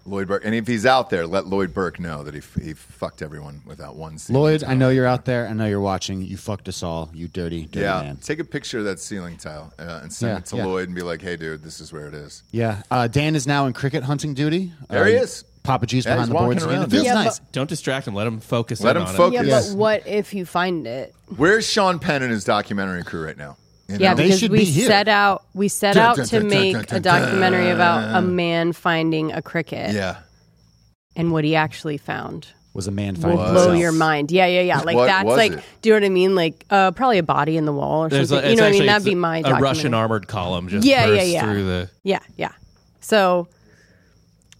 A: Lloyd Burke, and if he's out there, let Lloyd Burke know that he, f- he fucked everyone with that one. Ceiling
C: Lloyd,
A: tile.
C: I know you're out there. I know you're watching. You fucked us all. You dirty, dirty
A: Yeah,
C: man.
A: take a picture of that ceiling tile uh, and send
C: Yeah,
A: it to
C: yeah.
A: Lloyd and be like, "Hey, dude, this is where it is."
C: Yeah. Uh, Dan is now in cricket hunting duty.
A: There
C: Uh,
A: he is.
C: Papa G's
A: Yeah, he's
C: behind the
A: walking
C: boards. again.
A: around,
C: It feels
B: dude. Yeah,
C: nice.
E: Don't distract him. Let him focus.
A: Let
E: in
A: him
E: on
A: focus.
B: Yeah,
A: Yes.
B: but what if you find it?
A: Where's Sean Penn and his documentary crew right now? You
B: yeah,
A: know?
B: because we set out we set
A: Dun,
B: out
A: dun,
B: to
A: dun, dun,
B: make
A: dun,
B: a
A: dun,
B: documentary about a
A: dun.
B: man finding a cricket
A: Yeah,
B: and what he actually found.
C: Was a man
B: Will
C: finding
B: blow
C: himself.
B: your mind. Yeah, yeah, yeah. Like
A: What
B: that's
A: was
B: like,
A: it?
B: do you know what I mean? Like uh, probably a body in the wall or
E: There's a-
B: something. you
E: it's
B: know what I mean?
E: actually-
B: That'd
E: it's
B: be my
E: a
B: documentary.
E: Russian armored column just
B: Yeah, yeah,
E: bursts
B: yeah.
E: through the.
B: Yeah, yeah. So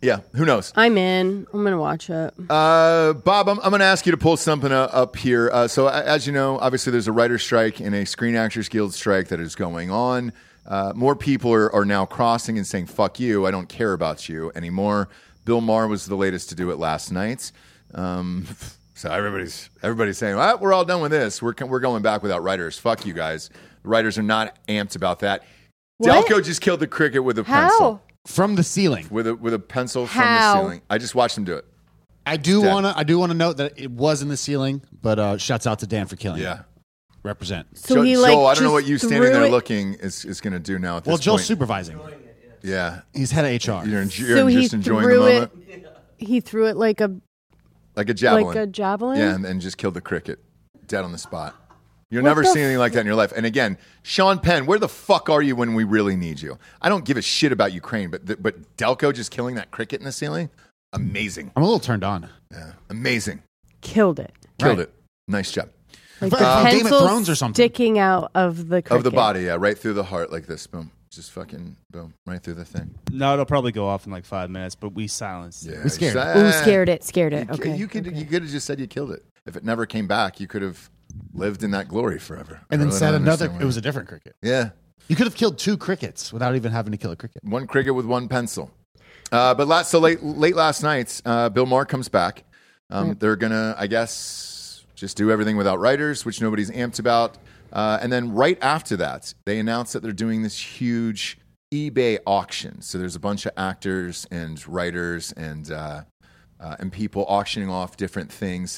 A: yeah. Who knows?
B: I'm in. I'm gonna watch it.
A: Uh, Bob, I'm, I'm going to ask you to pull something uh, up here. Uh, so, a- as you know, obviously there's a writer's strike and a Screen Actors Guild strike that is going on. Uh, more people are, are now crossing and saying, fuck you, I don't care about you anymore. Bill Maher was the latest to do it last night. Um, *laughs* so everybody's everybody's saying, well, we're all done with this. We're, co- we're going back without writers. Fuck you guys. The writers are not amped about that.
B: What?
A: Delco just killed the cricket with a
B: How?
A: pencil.
C: From the ceiling.
A: With a, with a pencil
B: How?
A: from the ceiling. I just watched him do it.
C: I do
A: Dan.
C: want to. I do want to note that it was in the ceiling, but uh, shouts out to Dan for killing. it.
A: Yeah.
C: represent.
B: So
A: Joe,
B: he like
A: Joel, I don't know
B: just
A: what you standing
B: threw
A: there
B: it-
A: looking is, is going to do now. At this
C: Well, Joel's
A: point.
C: supervising.
A: yeah,
C: He's head of HR.
A: you're, en- you're
B: So he
A: just enjoying the
B: threw
A: moment,
B: it. He threw it like a
A: like a javelin,
B: like a javelin.
A: yeah, and, and just killed the cricket dead on the spot. You'll
B: What
A: never
B: the
A: see anything like that in your life. And again, Sean Penn, where the fuck are you when we really need you? I don't give a shit about Ukraine, but th- but Delco just killing that cricket in the ceiling, amazing,
C: I'm a little turned on.
A: yeah, amazing,
B: Killed it.
A: killed
C: Right.
A: it, nice job
B: Like
C: But
B: the
A: Uh,
C: from Game of
B: pencil
C: Thrones or something.
B: sticking out of the cricket.
A: of the body, yeah, right through the heart like this, boom, just fucking boom, right through the thing.
D: No, it'll probably go off in like five minutes, but we silenced it.
A: Yeah,
C: We scared it.
B: Ooh, scared it, scared it.
A: Eh. You, c-
B: Okay.
A: you could you could have just said you killed it. If it never came back, you could have lived in that glory forever. I
C: And then
A: really
C: said
A: don't
C: another.
A: understand why-
C: It was a different cricket.
A: yeah,
C: You could have killed two crickets without even having to kill a cricket.
A: one cricket with one pencil. Uh, but last so late late last night, uh, Bill Maher comes back. Um, They're gonna, I guess, just do everything without writers, which nobody's amped about. Uh, and then right after that, they announce that they're doing this huge eBay auction. So there's a bunch of actors and writers and uh, uh, and people auctioning off different things,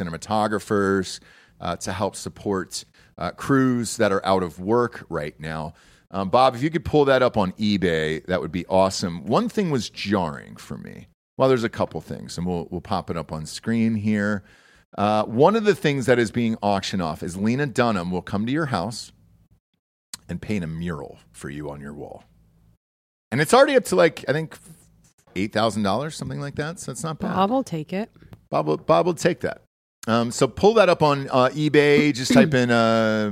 A: cinematographers, uh, to help support uh, crews that are out of work right now. Um, Bob, if you could pull that up on eBay, that would be awesome. One thing was jarring for me. Well, there's a couple things, and we'll, we'll pop it up on screen here. Uh, one of the things that is being auctioned off is Lena Dunham will come to your house and paint a mural for you on your wall. And it's already up to like, I think, $8,000, something like that. So it's not bad.
B: Bob will take it.
A: Bob will, Bob will take that. Um, so pull that up on uh, eBay. Just type in uh,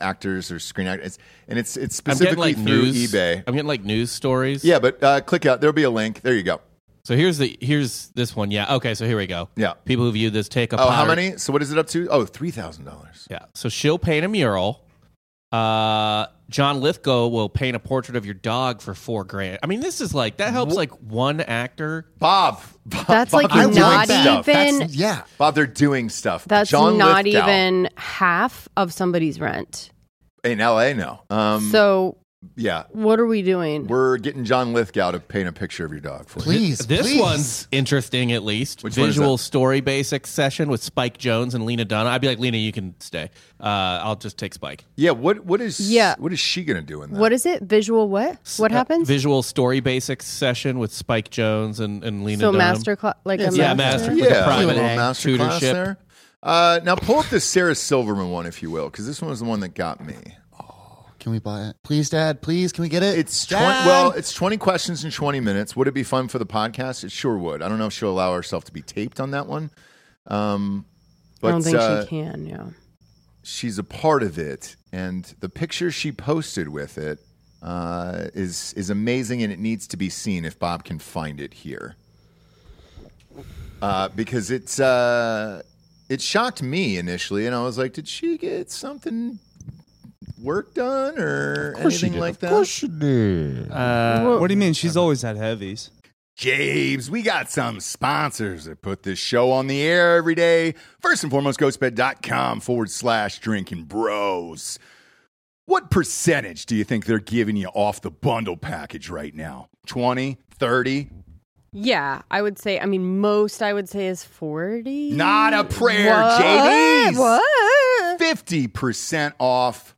A: actors or screen actors, and it's it's
E: I'm getting
A: specifically
E: like
A: through
E: news.
A: eBay.
E: I'm getting like news stories.
A: Yeah, but uh, click out. There'll be a link. There you go.
E: So here's the here's this one. Yeah. Okay. So here we go.
A: Yeah.
E: People who viewed this take a.
A: Oh, how
E: pirate-
A: many? So what is it up to? Oh, three thousand dollars.
E: Yeah. So she'll paint a mural. Uh, John Lithgow will paint a portrait of your dog for four grand. I mean, this is like that helps like one actor.
A: Bob, Bob,
B: That's
A: Bob,
B: like
A: they're doing
B: not
A: stuff.
B: even-
C: That's, yeah.
A: Bob, they're doing stuff.
B: That's
A: John
B: not
A: Lithgow.
B: even half of somebody's rent.
A: in L.A. No. Um,
B: so
A: yeah,
B: what are we doing?
A: we're getting John Lithgow to paint a picture of your dog for you.
C: Please.
E: This
C: please.
E: one's interesting, at least.
A: Which one is
E: Visual
A: that?
E: story basic session with Spike Jones and Lena Dunham. I'd be like, Lena, you can stay. Uh, I'll just take Spike.
A: Yeah. What what is
B: Yeah.
A: What is she gonna do in that?
B: What is it? Visual what? What
E: Uh,
B: happens?
E: visual story basics session with Spike Jones and, and Lena
B: so
E: Dunham.
B: master class, like a
E: Yeah,
B: master.
E: master. Like a private
A: little master
E: tutorship.
A: class there. Uh, now pull up the Sarah Silverman one, if you will, because this one was the one that got me.
C: Can we buy it? Please, Dad. Please, can we get it?
A: It's 20, well, it's 20 questions in 20 minutes. Would it be fun for the podcast? It sure would. I don't know if she'll allow herself to be taped on that one. Um, but,
B: I don't think
A: uh,
B: she can. Yeah.
A: She's a part of it, and the picture she posted with it uh, is is amazing, and it needs to be seen if Bob can find it here, uh, because it's uh, it shocked me initially, and I was like, did she get something work done or anything like that?
D: she did. Uh,
A: Well-
D: what do you mean? She's always had heavies.
A: James, we got some sponsors that put this show on the air every day. First and foremost, ghostbed.com forward slash drinking bros. What percentage do you think they're giving you off the bundle package right now? 20, 30?
B: Yeah, I would say. I mean, most I would say is forty.
A: Not a prayer,
B: What?
A: JDs. *laughs*
B: What?
A: 50% off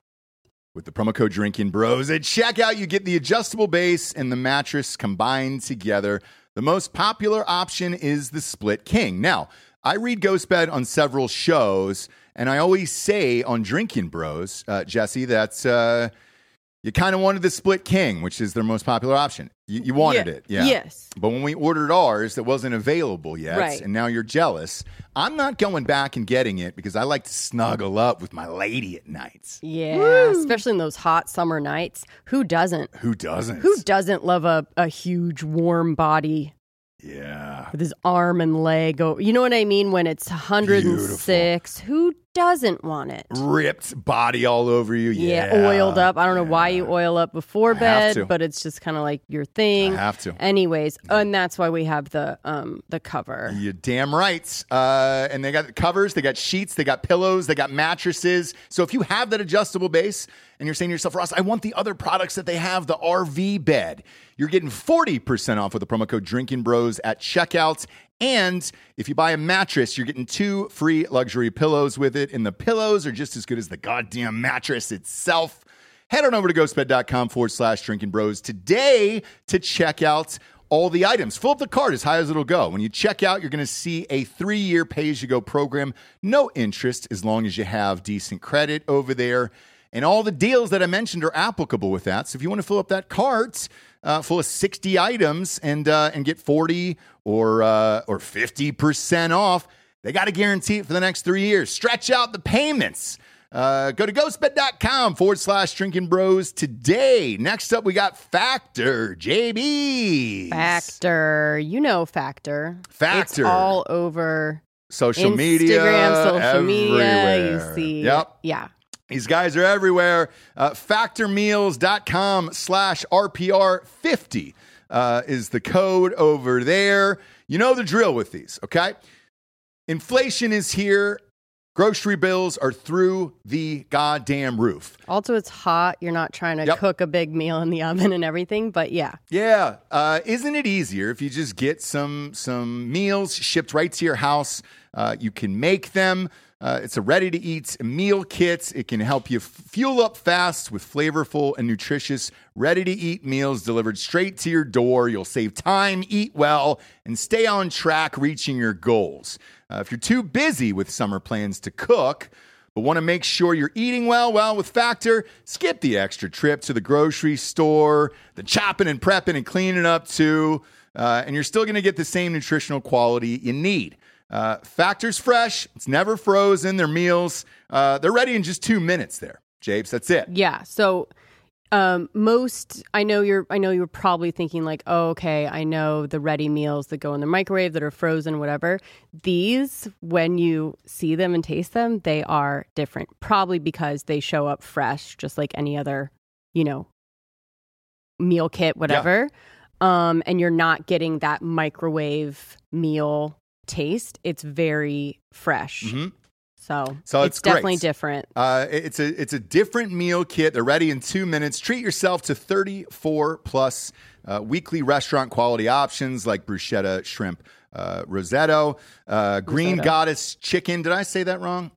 A: with the promo code Drinking Bros. At checkout, you get the adjustable base and the mattress combined together. The most popular option is the Split King. Now, I read Ghost Bed on several shows, and I always say on Drinking Bros, uh, Jesse, that's. Uh, you kind of wanted the split king, which is their most popular option. You, you wanted
B: Yeah.
A: it, yeah.
B: Yes.
A: But when we ordered ours, that wasn't available yet,
B: Right.
A: and now you're jealous. I'm not going back and getting it because I like to snuggle up with my lady at nights.
B: Yeah, especially in those hot summer nights. Who doesn't?
A: Who doesn't?
B: Who doesn't love a, a huge warm body
A: Yeah.
B: with his arm and leg? Oh, you know what I mean? When it's 106, who doesn't want it?
A: Ripped body all over you. Yeah.
B: oiled up. I don't know why you oil up before
A: have to.
B: bed, but it's just kind of like your thing.
A: I have to.
B: Anyways, and that's why we have the um the cover.
A: You're damn right. Uh, and they got covers, they got sheets, they got pillows, they got mattresses. So if you have that adjustable base and you're saying to yourself, Ross, I want the other products that they have, the RV bed, you're getting 40% off with the promo code Drinking Bros at checkout. And if you buy a mattress, you're getting two free luxury pillows with it. And the pillows are just as good as the goddamn mattress itself. Head on over to ghostbed.com forward slash drinking bros today to check out all the items. Fill up the cart as high as it'll go. When you check out, you're going to see a three year pay as you go program. No interest as long as you have decent credit over there. And all the deals that I mentioned are applicable with that. So if you want to fill up that cart uh, full of 60 items and, uh, and get 40 or, uh, or 50% off, they got to guarantee it for the next three years. Stretch out the payments. Uh, go to ghostbed.com forward slash drinking bros today. Next up, we got Factor JB.
B: Factor, you know Factor. It's
A: Factor.
B: all over
A: Social
B: Instagram,
A: media.
B: social media.
A: everywhere.
B: You see,
A: Yep.
B: yeah.
A: These guys are everywhere. Uh, factormeals.com slash RPR50 uh, is the code over there. You know the drill with these, okay? Inflation is here. Grocery bills are through the goddamn roof.
B: Also, it's hot. You're not trying to cook a big meal in the *laughs* oven and everything, but yeah.
A: Yeah, uh, isn't it easier if you just get some some meals shipped right to your house? Uh, you can make them. Uh, it's a ready to eat meal kit. It can help you f- fuel up fast with flavorful and nutritious ready to eat meals delivered straight to your door. You'll save time, eat well, and stay on track reaching your goals. Uh, if you're too busy with summer plans to cook, but want to make sure you're eating well? Well, with Factor, skip the extra trip to the grocery store, the chopping and prepping and cleaning up too, uh, and you're still going to get the same nutritional quality you need. Uh, Factor's fresh; it's never frozen. Their meals, uh, they're ready in just two minutes. There, Japes, that's it.
B: Yeah. So um most I know you're I know you're probably thinking like, oh, okay, I know the ready meals that go in the microwave that are frozen, whatever. These, when you see them and taste them, they are different. Probably because they show up fresh, just like any other, you know, meal kit, whatever. Um, and you're not getting that microwave meal taste. It's very fresh.
A: Mhm.
B: So,
A: So
B: it's,
A: it's great.
B: definitely different.
A: Uh, it's a it's a different meal kit. They're ready in two minutes. Treat yourself to 34 plus uh, weekly restaurant quality options like bruschetta shrimp, uh, rosetto, uh, green
B: Risotto.
A: goddess chicken. Did I say that wrong?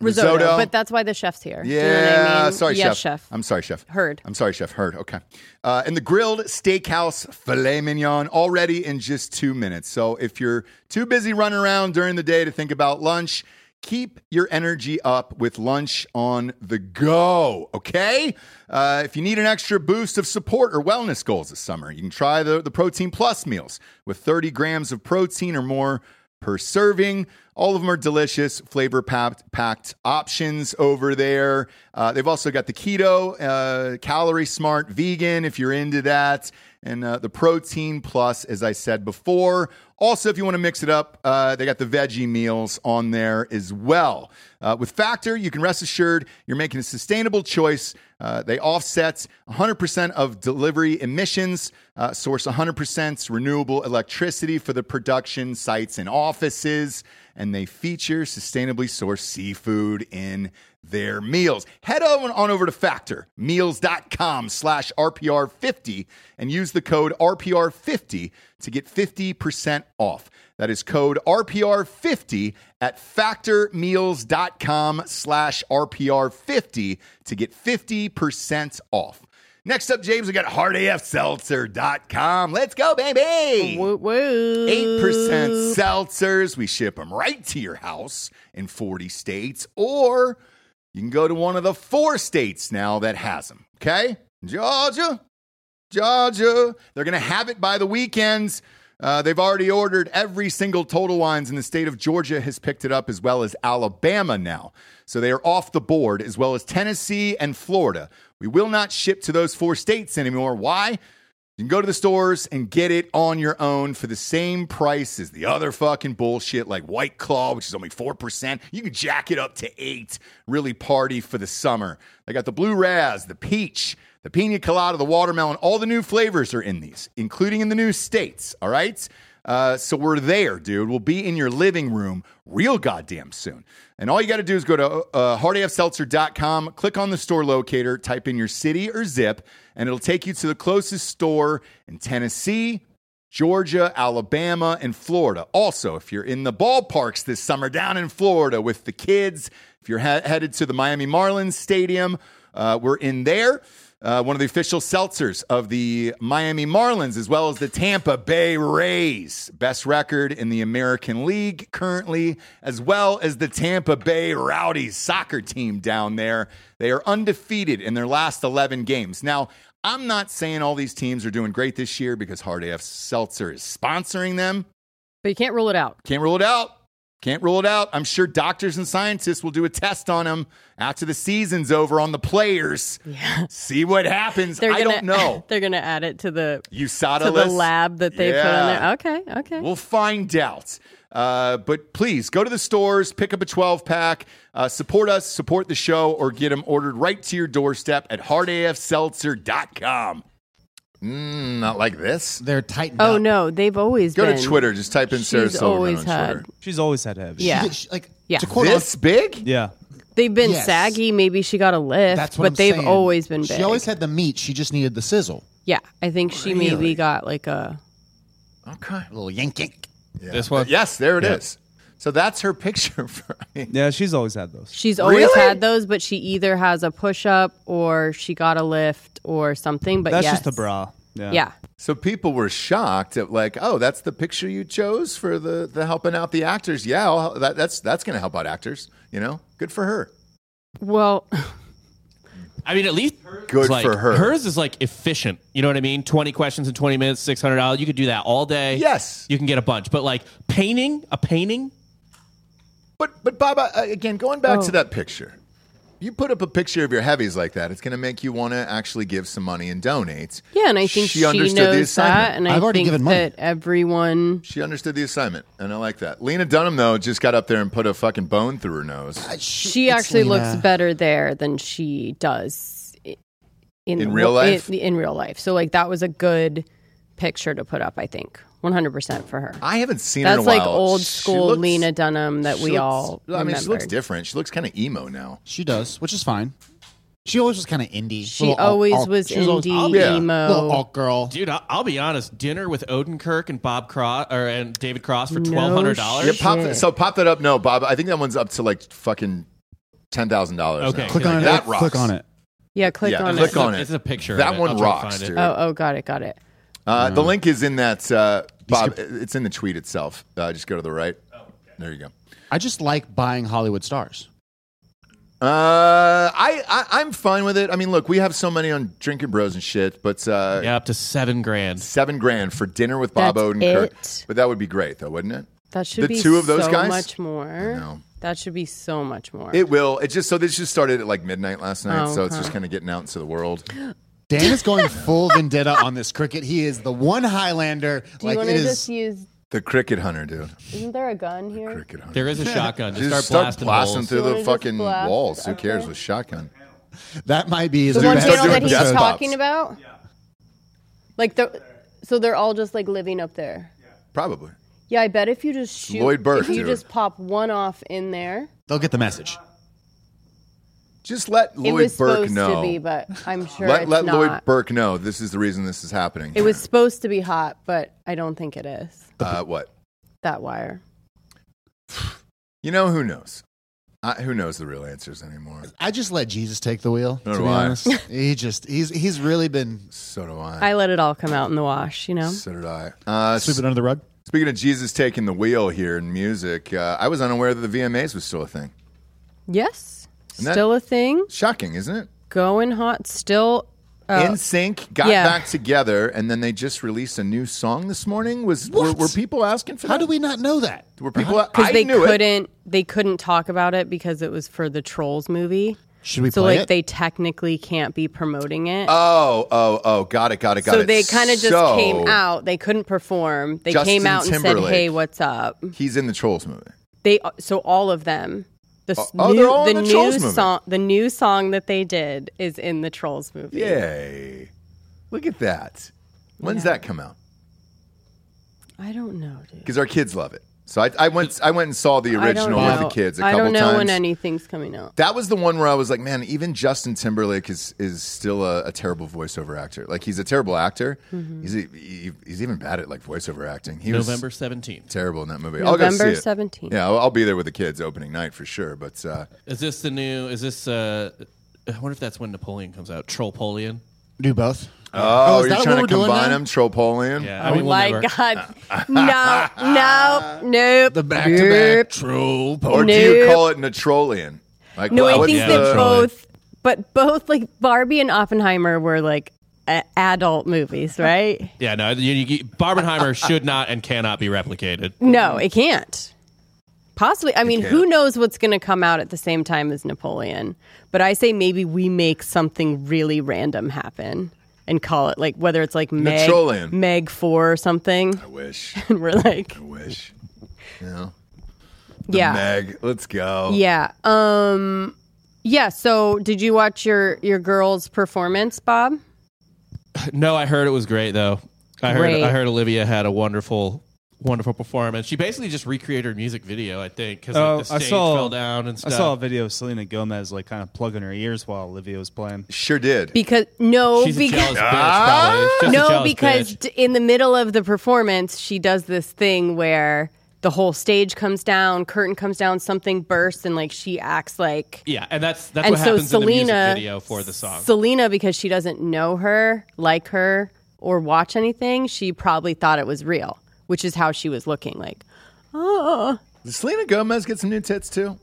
B: risotto, but that's why the chef's here. Do you
A: yeah,
B: know what I mean?
A: sorry,
B: yes,
A: chef. I'm sorry, chef.
B: Heard.
A: I'm sorry, Chef Heard. Okay. Uh, and the grilled steakhouse filet mignon already in just two minutes. So if you're too busy running around during the day to think about lunch, Keep your energy up with lunch on the go, okay? Uh, if you need an extra boost of support or wellness goals this summer, you can try the, the Protein Plus meals with 30 grams of protein or more per serving. All of them are delicious, flavor packed, packed options over there. Uh, they've also got the keto, uh, calorie smart, vegan, if you're into that, and uh, the protein plus, as I said before. Also, if you want to mix it up, uh, they got the veggie meals on there as well. Uh, with Factor, you can rest assured you're making a sustainable choice. Uh, they offset 100% of delivery emissions, uh, source 100% renewable electricity for the production sites and offices, and they feature sustainably sourced seafood in their meals. Head on, on over to factormeals.com slash RPR50 and use the code RPR50 to get 50% off. That is code RPR50 at factormeals.com slash RPR50 to get 50% off. Next up, James, we got hardafseltzer.com. Let's go, baby. 8% seltzers. We ship them right to your house in 40 states, or you can go to one of the four states now that has them. Okay? Georgia, Georgia. They're going to have it by the weekends. Uh, they've already ordered every single Total Wines in the state of Georgia has picked it up, as well as Alabama now. So they are off the board, as well as Tennessee and Florida. We will not ship to those four states anymore. Why? You can go to the stores and get it on your own for the same price as the other fucking bullshit, like White Claw, which is only 4%. You can jack it up to 8 Really party for the summer. They got the Blue Raz, the Peach, the Pina Colada, the Watermelon. All the new flavors are in these, including in the new states, all right? Uh, so we're there, dude. We'll be in your living room real goddamn soon. And all you got to do is go to uh, hardafseltzer.com, click on the store locator, type in your city or zip, and it'll take you to the closest store in Tennessee, Georgia, Alabama, and Florida. Also, if you're in the ballparks this summer down in Florida with the kids, if you're he- headed to the Miami Marlins Stadium, uh, we're in there. Uh, one of the official seltzers of the Miami Marlins, as well as the Tampa Bay Rays. Best record in the American League currently, as well as the Tampa Bay Rowdies soccer team down there. They are undefeated in their last 11 games. Now, I'm not saying all these teams are doing great this year because Hard AF Seltzer is sponsoring them.
B: But you can't rule it out.
A: Can't rule it out. Can't rule it out. I'm sure doctors and scientists will do a test on them after the season's over on the players. See what happens. I
B: gonna,
A: don't know.
B: *laughs* They're going to add it to the
A: USADA
B: to the
A: list?
B: lab that they
A: Yeah.
B: put on there. Okay, okay.
A: We'll find out. Uh, but please go to the stores, pick up a 12 pack, uh, support us, support the show, or get them ordered right to your doorstep at hardafseltzer.com. Mm, not like this.
C: They're tightened
B: oh no, they've always
A: Go
B: been.
A: to Twitter. Just type in Sarah
B: She's
A: Silverman
B: always
A: on
B: had-
A: Twitter.
D: She's always had to have it.
B: Yeah,
C: like
B: yeah.
A: this big?
D: Yeah.
B: They've been
C: Yes.
B: saggy. Maybe she got a lift,
C: That's what
B: but
C: I'm
B: they've
C: saying.
B: always been big.
C: She always had the meat. She just needed the sizzle.
B: yeah, I think she maybe got like a.
A: Okay.
C: A little yank yank.
E: This one?
A: Yes, there it is.
D: Yeah.
A: So that's her picture. *laughs* For, I mean,
D: Yeah, she's always had those.
B: She's always
A: Really?
B: had those, but she either has a push up or she got a lift or something. But
D: That's
B: yes.
D: just the bra. Yeah.
B: Yeah.
A: So people were shocked at like, oh, that's the picture you chose for the the helping out the actors. Yeah, I'll- that, that's that's going to help out actors. You know, good for her.
B: Well,
E: I mean, at least hers
A: Good
E: is like-
A: for her.
E: Hers is like efficient. You know what I mean? Twenty questions in twenty minutes, six hundred dollars. You could do that all day.
A: Yes.
E: you can get a bunch. But like painting, a painting.
A: But but Baba, uh, again, going back
B: Oh.
A: to that picture, you put up a picture of your heavies like that. It's going to make you want to actually give some money and donate.
B: yeah, and I think she, knows that, and I
C: I've already
B: think
C: given money.
B: that everyone.
A: She understood the assignment, and I like that. Lena Dunham though just got up there and put a fucking bone through her nose.
B: She actually
C: Uh, Lena.
B: looks better there than she does i- in,
A: In
B: the
A: real
B: wo- in-
A: life?
B: In, real life, so like that was a good picture to put up. I think one hundred percent for her.
A: I haven't seen her
B: That's
A: in a while.
B: like old
A: She
B: school
A: looks-
B: Lena Dunham that
A: she
B: we
A: looks-
B: all.
A: I mean, she looks
B: remembered.
A: different. She looks kind of emo now.
C: She does, which is fine. She always was kind of indie.
B: She always was indie
A: Yeah.
B: emo.
C: Little alt girl.
E: Dude, I- I'll be honest. Dinner with Odenkirk and Bob Cross or and David Cross for
B: No
E: twelve hundred dollars.
A: Yeah, pop
B: Shit.
A: so pop that up. No, Bob, I think that one's up to like fucking ten thousand dollars.
E: Okay.
A: now.
E: Click
C: Click on it.
A: that rocks.
C: Click on it.
B: Yeah, click
A: Yeah,
B: on
A: click
B: it.
A: on it.
E: It's a picture.
A: That
E: of it.
A: one
E: I'll try to
A: rocks,
E: find it.
A: dude.
B: Oh, oh, got it, got it.
A: Uh, the
E: Oh,
A: link is in that uh, Bob. It's in the tweet itself. Uh, just go to the right. There you go.
C: I just like buying Hollywood stars.
A: Uh, I, I I'm fine with it. I mean, look, we have so many on Drinking Bros and shit, but uh,
E: yeah, up to seven grand,
A: seven grand for dinner with Bob
B: That's
A: Odenkirk. But that would be great, though, wouldn't it?
B: That should
A: the
B: be
A: two of those
B: so
A: guys.
B: much more. That should be so much more.
A: It will. It just so this just started at like midnight last night,
B: Oh,
A: so it's
B: okay.
A: just kind of getting out into the world.
C: Dan is
B: *laughs*
C: going full vendetta on this cricket. He is the one Highlander.
B: Do you
C: like
B: want
C: it
B: to
C: is.
B: just use?
A: The cricket hunter, dude.
B: Isn't there a gun here?
E: There is a shotgun. Just
A: Just
E: start
A: start
E: blasting
A: blasting
E: holes.
A: through
B: You wanna
A: the
B: just
A: fucking
B: blast?
A: walls. Who cares with shotgun?
C: That might be
B: The
A: Dude,
B: one
A: start
B: panel
A: doing
B: that he's
A: death pops.
B: talking about. Like the, so they're all just like living up there.
A: Probably.
B: Yeah, I bet if you just shoot,
A: Lloyd Burke,
B: if you
A: dude.
B: just pop one off in there,
C: They'll get the message.
A: Just let
B: it
A: Lloyd
B: was
A: Burke
B: supposed
A: know.
B: to be, but I'm sure
A: let
B: it's
A: let
B: not.
A: Lloyd Burke know this is the reason this is happening.
B: it was supposed to be hot, but I don't think it is.
A: uh, what?
B: That wire.
A: You know who knows? I, who knows the real answers anymore?
C: I just let Jesus take the wheel.
A: Nor
C: to
A: do
C: be
A: I. *laughs*
C: honest, he just he's he's really been.
A: So do I.
B: I let it all come out in the wash, you know.
A: So did I. Uh,
C: Sweep it under the rug.
A: Speaking of Jesus taking the wheel here in music, uh, I was unaware that the VMAs was still a thing.
B: Yes,
A: Isn't that-
B: still a thing.
A: Shocking, isn't it?
B: Going hot, still. uh,
A: In Sync got
B: yeah.
A: back together, and then they just released a new song this morning. Was were, were people asking for?
C: How
A: that?
C: do we not know that?
A: Were people?
B: because
A: I
B: Uh-huh. they
A: knew it.
B: couldn't they couldn't talk about it because it was for the trolls movie
C: Should we
B: so
A: play
B: like
A: it?
B: they technically can't be promoting it
A: Oh, oh, oh! Got it, got it, got
B: so
A: it.
B: they kind of just
A: So,
B: came out they couldn't perform they
A: Justin
B: came out and
A: Timberlake.
B: said hey what's up
A: He's in the Trolls movie.
B: they so all of them the s-
A: Oh, oh,
B: new,
A: they're all in the
B: new
A: Trolls movie.
B: song the new song that they did is in the trolls movie
A: Yay! Look at that. When's that come out?
B: i don't know dude.
A: Because our kids love it. So I, I went, I went and saw the
B: I don't
A: original with the
B: know.
A: kids a
B: i
A: couple
B: don't know
A: times.
B: when anything's coming out
A: That was the one where I was like, man, even Justin Timberlake is is still a, a terrible voiceover actor. Like he's a terrible actor.
B: Mhm.
A: He's e he, he's even bad at like voiceover acting. He
E: November
A: was
E: 17th.
A: terrible in that movie. I'll go see
B: November
A: it.
B: 17th.
A: Yeah, I'll, I'll be there with the kids opening night for sure. But uh,
E: Is this the new? Is this? uh I wonder if that's when Napoleon comes out. Trollpolion.
C: Do both.
A: oh,
C: is
A: you're
C: that
A: trying to
C: what we're doing
A: combine
C: now?
A: them, Tropolian.
E: Yeah.
B: oh my
E: never-
B: god
A: *laughs*
B: no no nope
C: the back-to-back troll.
A: Or do you
B: Nope.
A: call it Natrolian? Like,
B: No, I
A: what's
B: think
A: the-
B: that both, but both like Barbie and Oppenheimer were like a- adult movies, right?
E: Yeah, no. You, you, Barbenheimer *laughs* should not and cannot be replicated.
B: no, it can't. Possibly. I mean, who
E: can't.
B: knows what's going to come out at the same time as Napoleon? But I say maybe we make something really random happen and call it like whether it's like Meg,
A: Natrolian.
B: Meg Four or something. *laughs* I
A: wish.
B: and we're like,
A: I wish. You know? The
B: yeah,
A: Meg, let's go.
B: yeah, um, yeah. So, did you watch your your girl's performance, Bob?
E: No, I heard it was great though. I heard
B: Great.
E: I heard Olivia had a wonderful wonderful performance. She basically just recreated her music video, I think, because
D: Oh,
E: the stage
D: I saw
E: fell down and stuff.
D: I saw a video of Selena Gomez like kind of plugging her ears while Olivia was playing.
A: Sure did.
B: Because no,
D: She's a
B: because
D: jealous bitch, probably. She's just a
B: no,
D: jealous
B: because d- in the middle of the performance, she does this thing where the whole stage comes down, curtain comes down, something bursts, and like she acts like
E: yeah, and that's that's
B: And
E: what
B: so
E: happens in the
B: Selena-
E: music video for the song.
B: Selena because she doesn't know her, like her, or watch anything. She probably thought it was real, which is how she was looking. Like, oh
A: Did Selena Gomez get some new tits too?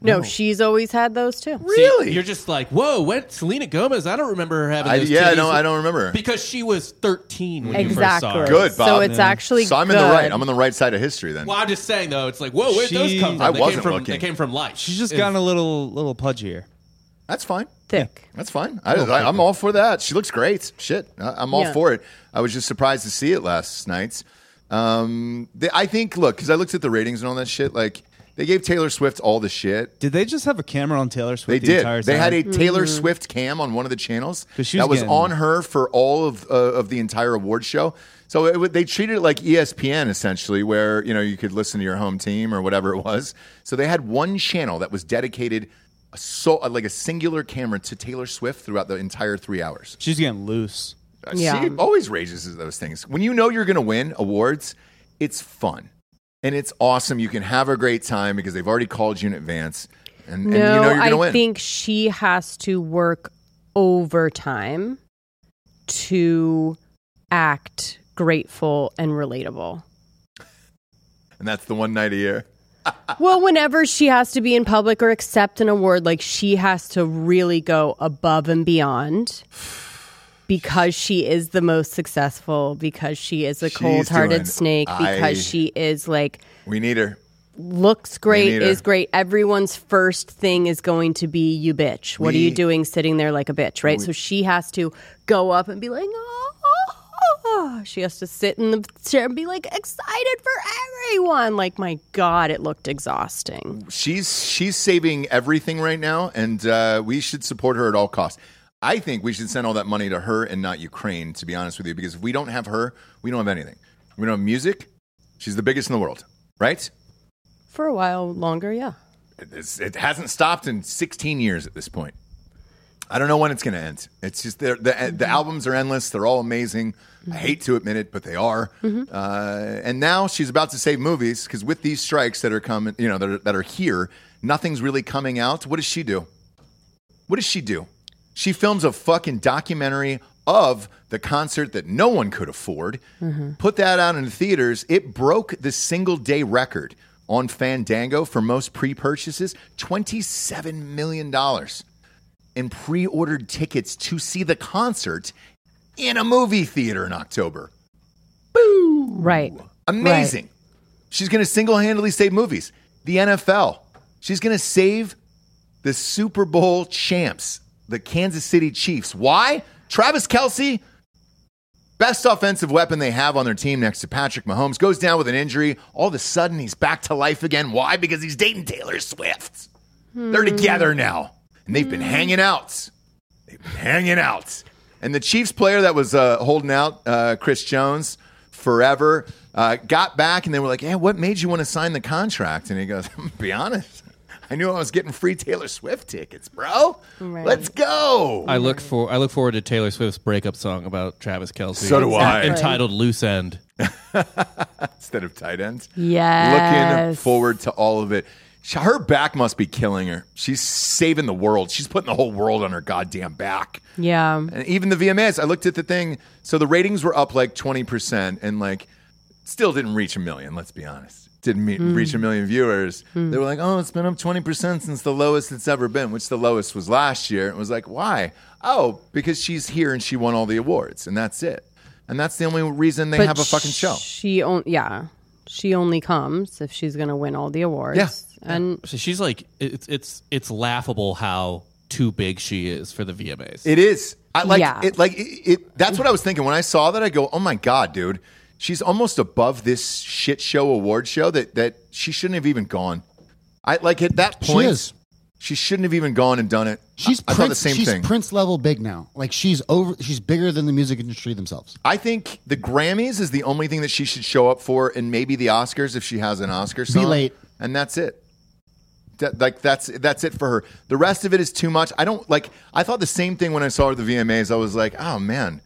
B: no, she's always had those too.
E: See, you're just like, whoa, what? Selena Gomez? I don't remember her having.
A: I-
E: those
A: yeah, I
E: titties."
A: don't- I don't remember.
E: because she was 13 when you first
B: Exactly.
E: saw her.
A: Good, Bob.
B: So it's actually
A: So I'm in the
B: good.
A: right. I'm on the right side of history then.
E: Well, I'm just saying though, it's like, whoa, where'd those
D: She-
E: come from?
D: I
E: they
A: wasn't
E: came from,
A: looking.
E: They came from life.
D: She's just gotten a little little pudgier.
A: That's fine.
B: Thick.
A: That's fine. I, I, I'm all for that. She looks great. Shit, I, I'm all
B: Yeah.
A: for it. I was just surprised to see it last night. Um, they, I think, look, because I looked at the ratings and all that shit. Like they gave Taylor Swift all the shit.
D: Did they just have a camera on Taylor Swift?
A: They
D: the
A: did.
D: Entire
A: They had a
D: time?
A: Taylor Swift cam on one of the channels
D: 'Cause she
A: that was
D: was getting-
A: on her for all of uh, of the entire award show. So it, would- they treated it like E ESPN essentially, where you know you could listen to your home team or whatever it was. So they had one channel that was dedicated. a So, uh, like a singular camera to Taylor Swift throughout the entire three hours.
D: She's getting loose.
A: Yeah. She always raises those things. When you know you're going to win awards, it's fun and it's awesome. You can have a great time because they've already called you in advance and, and you know you're going to
B: I
A: win.
B: think she has to work overtime to act grateful and relatable.
A: and that's the one night a year.
B: well, whenever she has to be in public or accept an award, like she has to really go above and beyond because she is the most successful, because she is a
A: She's
B: cold
A: doing-
B: hearted snake, because
A: I-
B: she is like
A: We need her.
B: looks
A: Me
B: great,
A: neither.
B: is great. Everyone's first thing is going to be you bitch. What are
A: We-
B: you doing sitting there like a bitch, right?
A: We-
B: so she has to go up and be like, oh, she has to sit in the chair and be like excited for everyone. Like, my God, it looked exhausting.
A: She's she's saving everything right now, and uh, we should support her at all costs. I think we should send all that money to her and not Ukraine. To be honest with you, because if we don't have her, we don't have anything. We don't have music. She's the biggest in the world, right?
B: For a while longer, yeah.
A: It's, it hasn't stopped in 16 years at this point. I don't know when it's going to end. It's just they're- the the albums are endless. They're all amazing. I hate to admit it, but they are.
M: Mhm.
A: Uh, and now she's about to save movies because with these strikes that are coming, you know, that are, that are here, nothing's really coming out. What does she do? What does she do? She films a fucking documentary of the concert that no one could afford. Put that out in the theaters. It broke the single day record on Fandango for most pre purchases $27 million in pre ordered tickets to see the concert in a movie theater in October.
B: Right.
A: Amazing. She's going to single handedly save movies, the NFL. She's going to save the Super Bowl champs, the Kansas City Chiefs. Why? Travis Kelsey, best offensive weapon they have on their team next to Patrick Mahomes, goes down with an injury. All of a sudden, he's back to life again. Why? Because he's dating Taylor Swift. They're together now, and they've been hanging out. They've been hanging out. And the Chiefs player that was uh, holding out, uh, Chris Jones, forever, uh, got back, and they were like, "Yeah, what made you want to sign the contract?" And he goes, *laughs* "I'm gonna "Be honest, I knew I was getting free Taylor Swift tickets, bro. Let's go."
E: I look for I look forward to Taylor Swift's breakup song about Travis Kelsey.
A: So do I.
E: Entitled "Loose End."
A: instead of tight end.
B: Yes.
A: Looking forward to all of it. Sh- Her back must be killing her. She's saving the world. She's putting the whole world on her goddamn back.
B: Yeah.
A: And even the VMAs, I looked at the thing. So the ratings were up like 20% and like still didn't reach a million, let's be honest. Didn't meet,
M: Mm.
A: reach a million viewers.
B: Mm.
A: They were like, oh, it's been up 20% since the lowest it's ever been, which the lowest was last year. It was like, why? Oh, because she's here and she won all the awards and that's it. And that's the only reason they
B: But
A: have a fucking show.
B: She on- yeah. She only comes if she's going to win all the awards.
E: Yeah.
B: And
E: So she's like, it's it's it's laughable how too big she is for the VMAs.
A: It is. I like
E: Yeah.
A: it. Like it, it. That's what I was thinking when I saw that. I go, oh my god, dude, she's almost above this shit show award show that that she shouldn't have even gone. I like at that
C: She
A: point.
C: is.
A: she shouldn't have even gone and done it.
C: She's
A: I, I
C: Prince,
A: thought the same
C: she's
A: thing.
C: Prince level big now. Like she's over. She's bigger than the music industry themselves.
A: I think the Grammys is the only thing that she should show up for, and maybe the Oscars if she has an Oscar song.
C: late.
A: and that's it. That, like that's that's it for her. The rest of it is too much. I don't like. I thought the same thing when I saw her at the VMAs. I was like, oh man,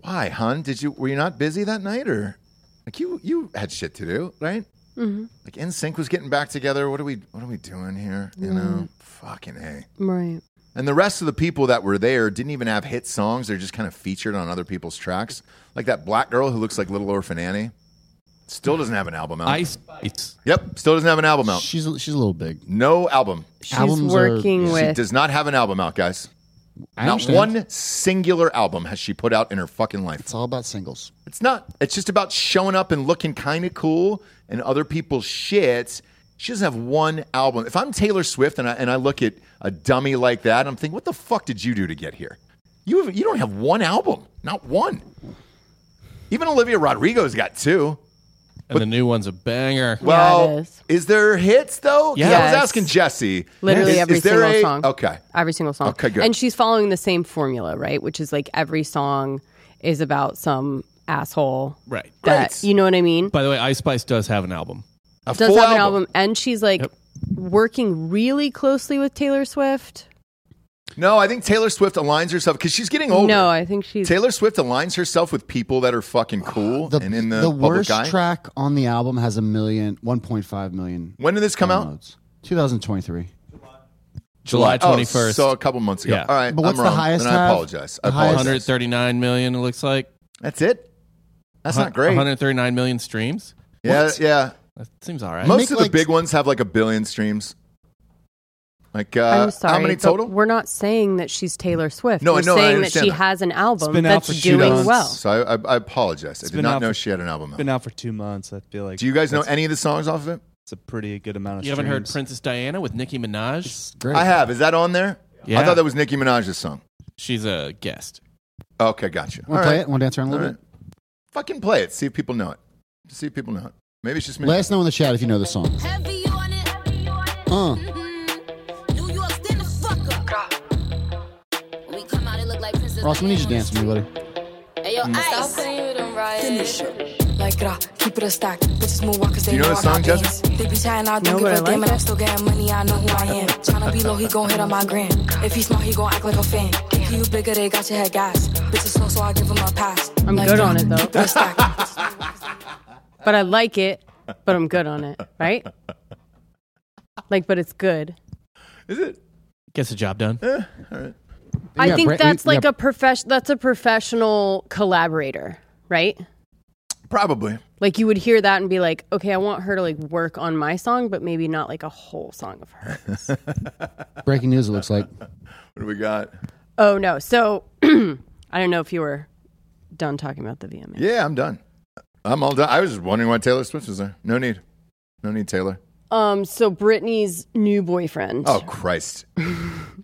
A: why, hun? Did you were you not busy that night, or like you you had shit to do, right?
B: Mhm.
A: Like NSYNC was getting back together. What are we what are we doing here? You know, fucking a.
B: right.
A: And the rest of the people that were there didn't even have hit songs. They're just kind of featured on other people's tracks. Like that black girl who looks like Little Orphan Annie. Still doesn't have an album out.
E: Ice Spice.
A: Yep, still doesn't have an album out.
C: She's a, she's a little big.
A: No album.
B: She's Albums are- working
A: She
B: with-
A: does not have an album out, guys.
C: I
A: not
C: understand.
A: one singular album has she put out in her fucking life. It's
C: all about singles.
A: It's not. It's just about showing up and looking kind of cool and other people's shit. She doesn't have one album. If I'm Taylor Swift and I, and I look at a dummy like that, I'm thinking, what the fuck did you do to get here? You have, you don't have one album, not one. Even Olivia Rodrigo's got two.
E: And the new one's a banger.
A: Well, is. there hits though? 'Cause I was
B: Yes.
A: asking Jesse.
B: Literally
A: is-
B: every
A: is there
B: single
A: a-
B: song.
A: Okay.
B: Every single song.
A: Okay, good.
B: And she's following the same formula, right? Which is like every song is about some asshole.
E: Right.
B: That you know what I mean?
E: By the way, Ice Spice does have an album.
B: does have an album and she's like working really closely with Taylor Swift.
A: No, I think Taylor Swift aligns herself because she's getting older.
B: No, I think she's
A: Taylor Swift aligns herself with people that are fucking cool and in the,
C: The
A: public
C: worst
A: eye.
C: track on the album has a million, 1.5 million.
A: When did this come
D: Uh,
A: out?
C: downloads. 2023.
E: July
A: Oh,
E: 21st.
A: so a couple months ago.
E: Yeah.
A: All right,
C: But what's
A: I'm
C: the
A: wrong.
C: highest
A: Then I
C: have?
A: apologize. I
E: The highest-
A: apologize.
E: 139 million. It looks like
A: That's it. That's
E: Hun-
A: not great.
E: 139 million streams.
A: Yeah, yeah.
E: That seems all right.
A: Most of the big ones have like a billion streams. Like uh,
B: I'm sorry.
A: how many
B: but
A: total?
B: We're not saying that she's Taylor Swift.
A: No, I
B: we're
A: know, I
B: saying that
A: understand
B: she
A: that.
B: has an album that's doing well.
A: So I, I, I apologize. I did
D: been
A: not
D: out
A: know
D: for-
A: she had an album. out.
D: Been out for two months. I feel like.
A: Do you guys know
D: that's-
A: any of the songs off of it?
D: It's a pretty good amount of.
E: You haven't heard
D: streams.
E: Princess Diana with Nicki Minaj?
A: I have. Is that on there? I
E: Yeah.
A: thought that was Nicki Minaj's song.
E: She's a guest.
A: Okay, gotcha.
C: Wanna
A: All
C: play
A: right.
C: it? Wanna dance around a little
A: All right. Fucking play it. See if people know it. See if people know it. Maybe it's just me.
C: Let us know in the chat if you know the song. Uh.
M: We come out, it look like Princess
C: Ross, we need you to dance with me, buddy.
M: Hey, yo, ice. Finish it. Like, it up, keep it a stack. Bitches move walk 'cause they
A: You know
M: know
A: the
M: I got
A: song, Jasmine?
M: bands. They be trying, I
B: No,
M: don't
B: but
M: give
B: I
M: a damn,
B: like
M: and I'm still getting money, I know who I am. Tryna be low, he gon' hit on my gram. If he smart, he gon' act like a fan. If you bigger, they got your head gas. Bitches slow, so I give him a
N: *laughs*
M: pass.
B: I'm
M: Like,
B: good on
M: uh,
B: it though.
M: keep a stack.
B: but I like it. But I'm good on it, right? Like, but it's good.
A: Is it?
E: Gets the job done.
B: Eh.
A: all right.
B: I think that's like a profession. That's a professional collaborator, right?
A: Probably.
B: Like you would hear that and be like, okay, I want her to like work on my song, but maybe not like a whole song
A: *laughs*
B: of her.
C: Breaking news, it looks like.
A: What do we got?
B: Oh no! So *clears throat* I don't know if you were done talking about the VMA.
A: Yeah, I'm done. I'm all done. I was just wondering why Taylor Swift was there. No need. No need, Taylor.
B: Um. So Britney's new boyfriend.
A: Oh, Christ.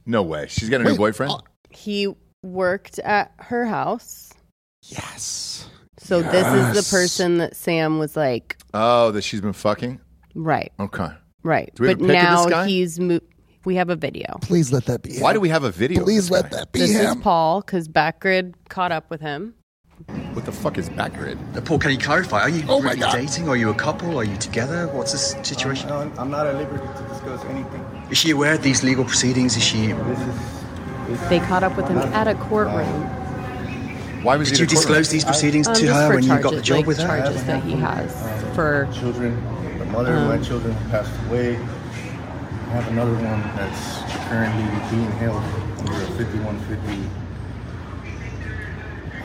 A: No way. She's got a new boyfriend?
B: He worked at her house.
C: Yes.
B: So this is
A: Yes.
B: the person that Sam was like,
A: Oh, that she's been fucking?
B: right,
A: Okay.
B: right.
A: Do we have
B: but
A: a pic of
B: now
A: this guy?
B: he's mo- we have a video.
C: Please let that be.
A: Why do we have a video? Please let that
B: this is Paul because Backgrid caught up with him.
A: What the fuck is Backgrid?
N: Paul, can you clarify? Are you
A: Oh my
N: really
A: God.
N: dating? Are you a couple? Are you together? What's the s- situation?
O: No, I'm not at liberty to discuss anything.
N: Is she aware of these legal proceedings? Is she?
B: They caught up with him at a courtroom.
A: Uh, Why was
N: Did
A: he
N: you
A: in a courtroom?
N: disclose these proceedings
B: Um,
N: to
B: just
N: her
B: for
N: when you got the
B: charges,
N: job
B: like
N: with her?
B: charges that he has for
O: children. The mother of
P: Um,
O: my children passed away. I have another one that's currently being held under a 5150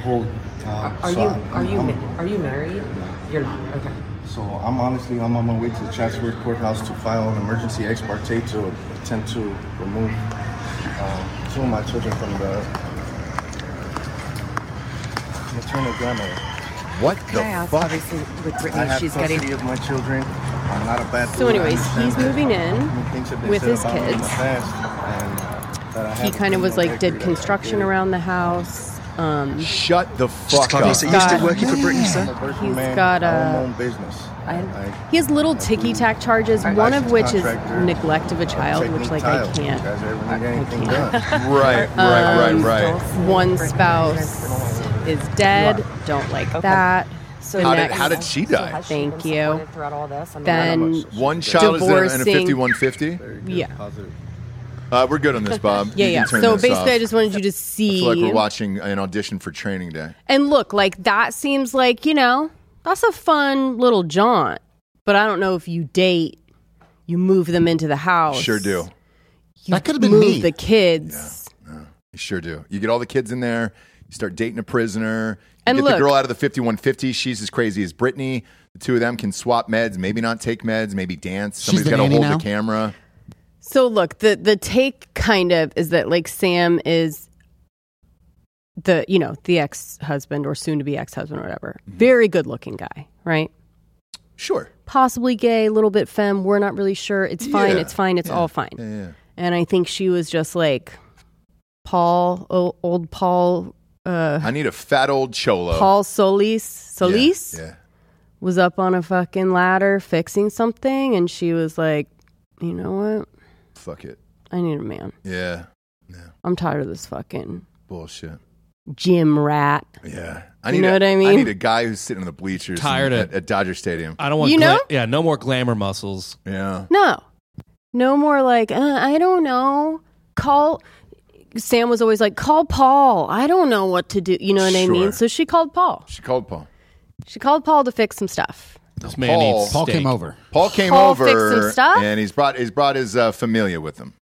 O: hold. Um,
P: Are
O: so
P: you
O: I'm-
P: are you
O: I'm-
P: ma- are you married? You're not. Okay.
O: So I'm honestly I'm on my way to the Chatsworth Courthouse to file an emergency ex parte to attempt to remove um, two of my children from the maternal grandmother.
A: What
P: Can I ask, obviously, with Britney,
O: I have
P: she's
O: custody
P: getting-
O: of my children. I'm not a bad.
B: So
O: dude. I
B: anyways,
O: understand
B: he's
O: that
B: moving in
O: many things have been
B: with
O: said
B: his
O: about me in the
B: kids.
O: past, and that I
B: He
O: have a
B: kind of was
O: criminal
B: like did
O: record.
B: construction around the house. Um,
A: Shut the fuck
O: Claudia,
A: up.
O: so you still working for Britney, sir? I'm
B: Yeah.
O: a person,
B: He's
O: man.
B: got
O: I own my
B: a.
O: own business.
B: I, he has little ticky tack charges, one of which is neglect of a child, which like I
O: Tiles.
B: can't.
O: You guys ever need anything
B: can't.
O: done?
A: *laughs* Right, right,
B: Um,
A: right, right.
B: One spouse is dead. Don't like that.
P: So
A: How did- how did she die?
B: Thank you.
P: Throughout all this, I'm
B: Then
A: One child is in a
B: divorcing-
A: 5150?
B: Yeah,
A: Uh, we're good on this, Bob.
B: *laughs* yeah,
A: You can
B: yeah.
A: turn this
B: So
A: off.
B: basically, I just wanted you to
A: I
B: see.
A: feel like we're watching an audition for Training Day.
B: And look, like that seems like, you know, that's a fun little jaunt. But I don't know if you date, you move them into the house.
A: Sure do.
B: You
A: That could have been
B: move
A: me.
B: the kids.
A: You sure do. You get all the kids in there. You start dating a prisoner. You
B: And
A: get the
B: look-
A: girl out of the 5150. She's as crazy as Brittany. The two of them can swap meds, maybe not take meds, maybe dance. Somebody's
B: the
A: got to
B: nanny
A: hold
B: now?
A: the camera.
B: So look, the the take kind of is that like Sam is the, you know, the ex-husband or soon to be ex-husband or whatever.
A: Mm-hmm.
B: Very good-looking guy, right?
A: Sure.
B: Possibly gay, a little bit femme, we're not really sure. It's fine,
A: Yeah.
B: it's fine, it's all fine.
A: Yeah, yeah.
B: And I think she was just like Paul, o- old Paul, uh,
A: I need a fat old cholo.
B: Paul Solis, Solis
A: Yeah.
B: was up on a fucking ladder fixing something, and she was like, "You know what?
A: Fuck it.
B: I need a man.
A: Yeah.
B: I'm tired of this fucking
A: Bullshit.
B: gym rat."
A: Yeah. I need
B: You know
A: a,
B: what I mean?
A: I need a guy who's sitting in the bleachers
E: Tired
A: in-
E: of-
A: at, at Dodger Stadium.
E: I don't want
B: You
E: gla-
B: know?
E: yeah, no more glamour muscles.
A: Yeah.
B: No, no more like uh, I don't know. Call. Sam was always like, "Call Paul. I don't know what to do." You know what I
A: Sure.
B: mean? So she called Paul.
A: She called Paul.
B: She called Paul to fix some stuff.
E: This
A: man Paul-
E: needs
A: Paul
E: steak.
A: came over. Paul came
B: Paul
A: over
B: fixed some stuff?
A: and he's brought he's brought his uh, familia with him.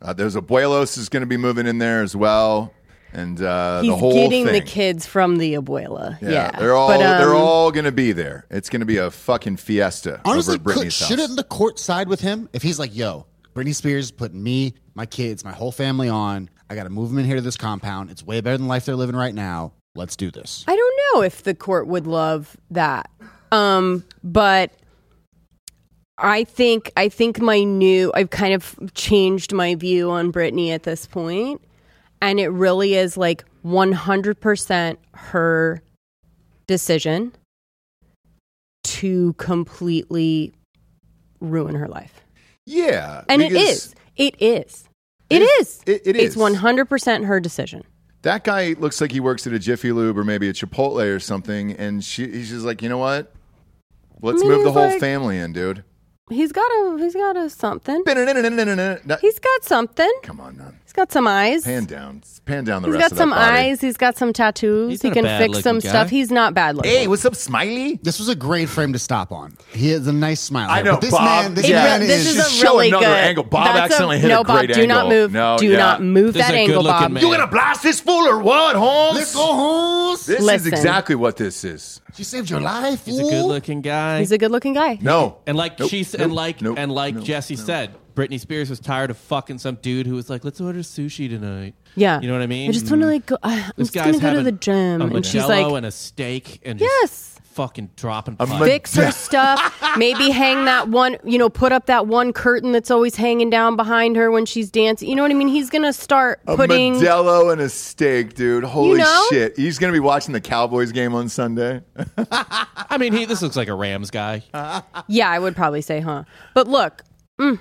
A: Uh, there's Abuelos is going to be moving in there as well. and uh,
B: He's
A: the whole
B: getting
A: thing.
B: the kids from the abuela. Yeah,
A: they're all
B: But,
A: they're
B: um,
A: all gonna be there. It's gonna be a fucking fiesta
C: Honestly,
A: over at
C: could,
A: Britney's house.
C: shouldn't the court side with him if he's like, yo, Britney Spears putting me, my kids, my whole family on. I got to move them in here to this compound. It's way better than the life they're living right now. Let's do this.
B: I don't know if the court would love that. Um, but I think I think my new I've kind of changed my view on Britney at this point, and it really is like 100% her decision to completely ruin her life.
A: Yeah,
B: And it
A: because-
B: is. It is. It is.
A: It, it
B: It's
A: is.
B: 100% her decision.
A: That guy looks like he works at a Jiffy Lube or maybe a Chipotle or something, and she, he's just like, you know what? Let's
B: I mean,
A: move the
B: he's
A: whole
B: like-
A: family in, dude.
B: He's got a he's got a something.
A: He's
B: got something. Come
A: on, man.
B: He's got some eyes.
A: Pan down, pan down the
B: He's
A: rest
B: got
A: of that
B: some
A: body.
B: eyes. He's got some tattoos. He
A: not a
B: can
A: bad
B: fix some
A: looking guy.
B: stuff. He's not bad looking.
A: what's up, Smiley?
C: This was a great frame to stop on. He has a nice smile.
A: I
C: here,
A: know,
C: but this
A: Bob.
C: man, this
A: Yeah.
C: man
A: This
C: is,
A: is a Show really another good- angle. Bob that's a- accidentally hit a
B: no, Bob,
A: great
B: do not
A: angle.
B: move.
A: No,
B: do
A: yeah.
B: not move
A: This is
B: that
A: a
B: angle,
A: good-looking
B: Bob.
A: man. You gonna blast this fool or what, Holmes? Let's go,
C: Holmes.
A: This is
B: Listen.
A: exactly what this is.
C: She saved your life.
E: He's a good-looking guy.
B: He's a good-looking guy.
A: No,
E: And like
A: Nope.
E: she s
A: Nope.
E: and like
A: Nope.
E: and like
A: Nope.
E: Jesse said, Britney Spears was tired of fucking some dude who was like, "Let's order sushi tonight."
B: Yeah.
E: you know what I mean.
B: I just want to like go. Uh, I'm
E: This
B: just gonna
E: guy's
B: go to
E: having
B: the gym,
E: a
B: and she's
E: Modelo
B: like,
E: and a steak, and
B: yes,
E: fucking dropping.
A: A
E: pies.
B: fix her
A: *laughs*
B: stuff. Maybe hang that one. You know, put up that one curtain that's always hanging down behind her when she's dancing. You know what I mean? He's gonna start
A: A
B: putting.
A: Modelo and a steak, dude. Holy
B: know?
A: shit. He's going to be watching the Cowboys game on Sunday. *laughs*
E: I mean, he this looks like a Rams guy.
B: Yeah, I would probably say, huh? But look, mm,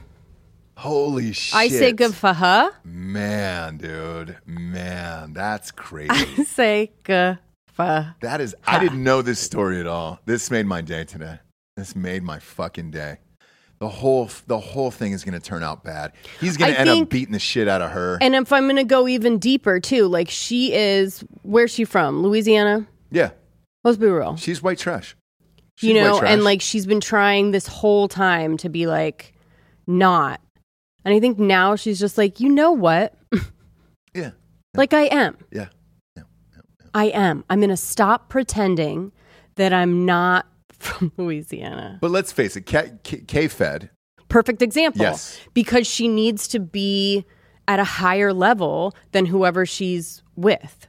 A: Holy shit.
B: I say good for her.
A: Man, dude. Man, that's *laughs* crazy.
B: *laughs* say good for.
A: that is, I didn't know this story at all. This made my day today. This made my fucking day. The whole, the whole thing is going to turn out bad. He's going
B: I
A: to end
B: think-
A: up beating the shit out of her.
B: And if I'm going to go even deeper too, like she is, where's she from? Louisiana?
A: yeah.
B: Let's be real.
A: She's white trash.
B: you
A: She's white
B: know,
A: trash.
B: and like she's been trying this whole time to be like not. And I think now she's just like, you know what?
A: yeah.
B: Like I am.
A: Yeah.
B: I am. I'm going to stop pretending that I'm not *laughs* from Louisiana.
A: But let's face it, K, K-, K- Fed.
B: perfect example.
A: Yes.
B: Because she needs to be at a higher level than whoever she's with.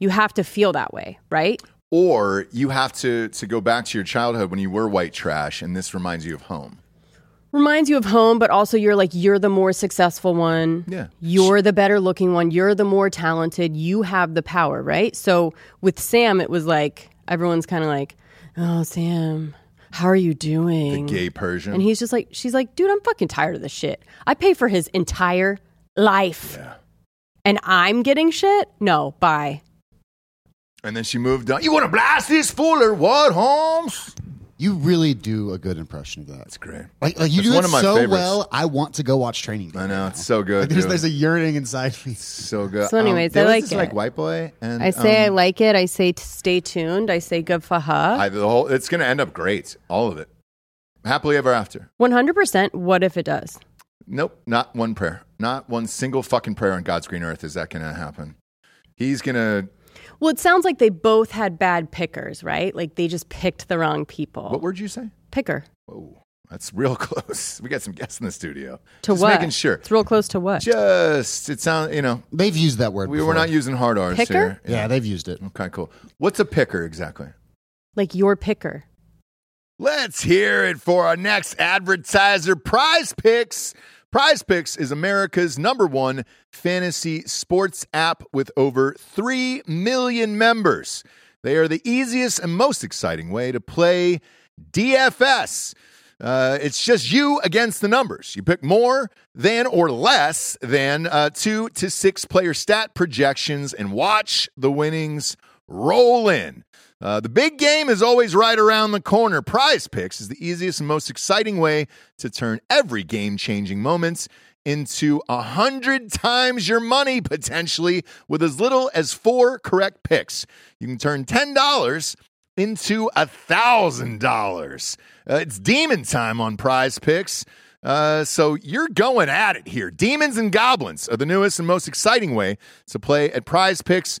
B: You have to feel that way, right?
A: Or you have to, to go back to your childhood when you were white trash and this reminds you of home.
B: Reminds you of home, but also you're like, you're the more successful one.
A: Yeah.
B: You're the better looking one. You're the more talented. You have the power, right? So with Sam, it was like, everyone's kind of like, oh, Sam, how are you doing?
A: Gay Persian.
B: And he's just like, she's like, dude, I'm fucking tired of this shit. I pay for his entire life. And I'm getting shit? No, bye.
A: And then she moved on. You want to blast this fool or what, Holmes?
C: You really do a good impression of that. That's
A: great.
C: Like, like you
A: That's
C: do
A: one
C: it
A: of my
C: so
A: favorites.
C: well. I want to go watch Training Day.
A: I know it's so good.
C: Like, there's,
A: dude.
C: there's a yearning inside me.
A: so good.
B: So anyways,
A: there
B: I
A: was
B: like
A: this,
B: it.
A: Like white boy, and
B: I say I
A: um,
B: like it. I say t- stay tuned. I say good for her.
A: I, the whole. It's gonna end up great. All of it. Happily ever after.
B: 100%. What if it does?
A: Nope. Not one prayer. Not one single fucking prayer on God's green earth is that gonna happen. He's gonna.
B: Well, it sounds like they both had bad pickers, right? Like they just picked the wrong people. What
A: word you say?
B: Picker.
A: That's real *laughs* close. We got some guests in the studio.
B: To
A: Just
B: what?
A: Making sure.
B: It's real close to what?
A: Just it sounds. You know.
C: They've used that word.
A: We
C: before.
A: were not using hard R's
B: Picker?
A: here.
C: Yeah, they've used it.
A: Okay, cool. What's a picker exactly?
B: Like your picker.
A: Let's hear it for our next advertiser, Prize Picks. Prize Picks is America's number one fantasy sports app with over 3 million members. They are the easiest and most exciting way to play DFS. Uh, it's just you against the numbers. You pick more than or less than uh, two to six player stat projections and watch the winnings roll in. Uh, the big game is always right around the corner. Prize Picks is the easiest and most exciting way to turn every game changing moments into a hundred times your money potentially with as little as four correct picks. You can turn ten dollars Uh, into a thousand dollars. It's demon time on Prize Picks. Uh, so you're going at it here. Demons and Goblins are the newest and most exciting way to play at prize picks.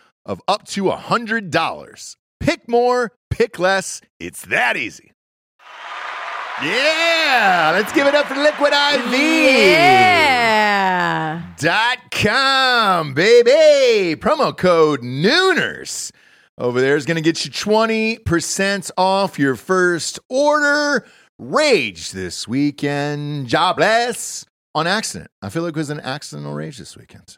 A: of up to $100. Pick more, pick less. It's that easy. Yeah, let's give it up for Liquid IV.
B: Yeah.
A: Dot com, baby. Promo code Nooners over there is going to get you 20% off your first order. Rage this weekend. Jobless on accident. I feel like it was an accidental rage this weekend.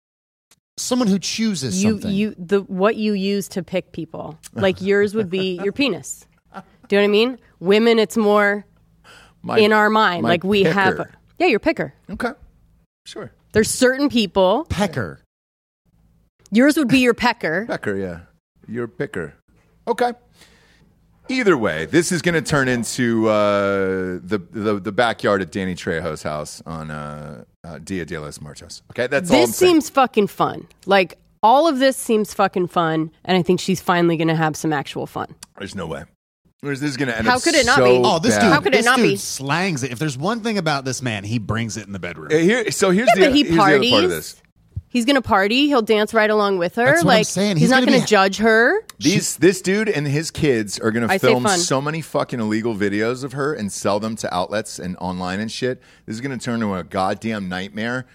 C: Someone who chooses
B: you
C: something.
B: you the what you use to pick people.
A: *laughs*
B: Like yours would be your penis. Do you know what I mean? Women it's more
A: My-
B: in our mind.
A: my
B: Like we have
A: picker.
B: Yeah, your picker.
A: Okay. Sure.
B: There's certain people.
C: Pecker.
B: Yours would be your pecker.
A: Pecker, yeah. You're a picker. Okay. Either way, this is going to turn into uh, the, the the backyard at Danny Trejo's house on uh, uh, Dia de los Muertos. Okay, *laughs* that's all. I'm
B: this
A: saying.
B: seems fucking fun. Like all of this seems fucking fun, and I think she's finally gonna have some actual fun.
A: There's no way. There's- This is going to end
B: How
A: up
B: could it not
A: so
B: be?
A: Bad.
B: Oh,
C: this dude,
B: How could it
C: this
B: not
C: dude
B: be?
C: slangs it. If there's one thing about this man, he brings it in the bedroom.
A: Uh, Here, so here's,
B: Yeah,
A: the,
B: but he
A: here's the other part of
B: parties.
A: this.
B: He's gonna party, he'll dance right along with her.
A: That's what I'm
B: like
A: saying.
B: he's,
A: He's
B: not
A: gonna
B: gonna,
A: be-
B: judge her.
A: These, this dude and his kids are going to
B: I say
A: film
B: fun.
A: so many fucking illegal videos of her and sell them to outlets and online and shit. This is going to turn into a goddamn nightmare.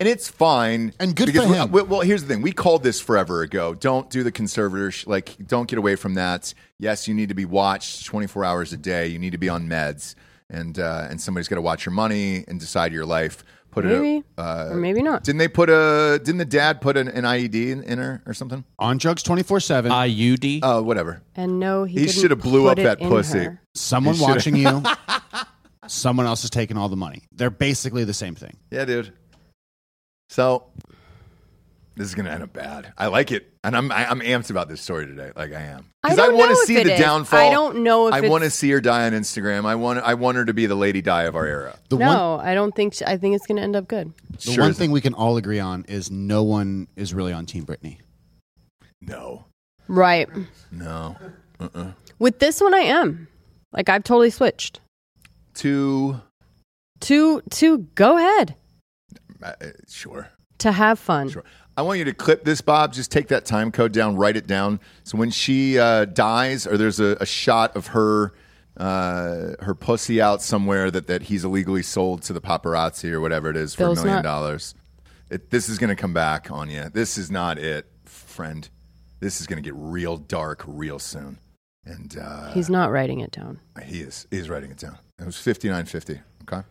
A: And it's fine. And
C: good for him.
A: well, here's the thing. We called this forever ago. Don't do the conservator. Sh- like, don't get away from that. Yes, you need to be watched 24 hours a day. You need to be on meds and uh, and somebody's got to watch your money and decide your life. Put
B: Maybe.
A: it, uh,
B: Or maybe not.
A: Didn't they put a? Didn't the dad put an, an IED in, in her or something?
C: On drugs 24 7.
E: IUD?
A: Oh, whatever.
B: And no, he,
A: He
B: didn't
A: should have blew
B: put
A: up
B: it
A: that
B: in
A: pussy.
B: her.
C: Someone
A: You should've- *laughs*
C: watching you, someone else is taking all the money. They're basically the same thing.
A: Yeah, dude. So this is gonna end up bad. I like it, and I'm I, I'm amped about this story today. Like I am
B: I
A: because I,
B: don't
A: want to
B: know if
A: see
B: it
A: the
B: is.
A: downfall.
B: I don't know if
A: I want to
B: it's-
A: see her die on Instagram. I want I want her to be the lady die of our era.
B: no, I don't think. She, I think it's going to end up good.
C: The
A: Sure
C: one
A: isn't.
C: thing we can all agree on is no one is really on Team Britney.
A: No,
B: Right.
A: no, uh-uh.
B: With this one, I am. Like I've totally switched.
A: Two,
B: To to go ahead
A: uh, uh, sure.
B: to have fun.
A: I want you to clip this, Bob. Just take that time code down, write it down. So when she uh, dies, or there's a, a shot of her uh, her pussy out somewhere that, that he's illegally sold to the paparazzi or whatever it is for
B: Bill's
A: a million
B: not-
A: dollars. It, this is going to come back on you. This is not it, friend. This is going to get real dark real soon. And uh,
B: He's not writing it down.
A: he is he's writing it down. It was fifty nine fifty. Okay.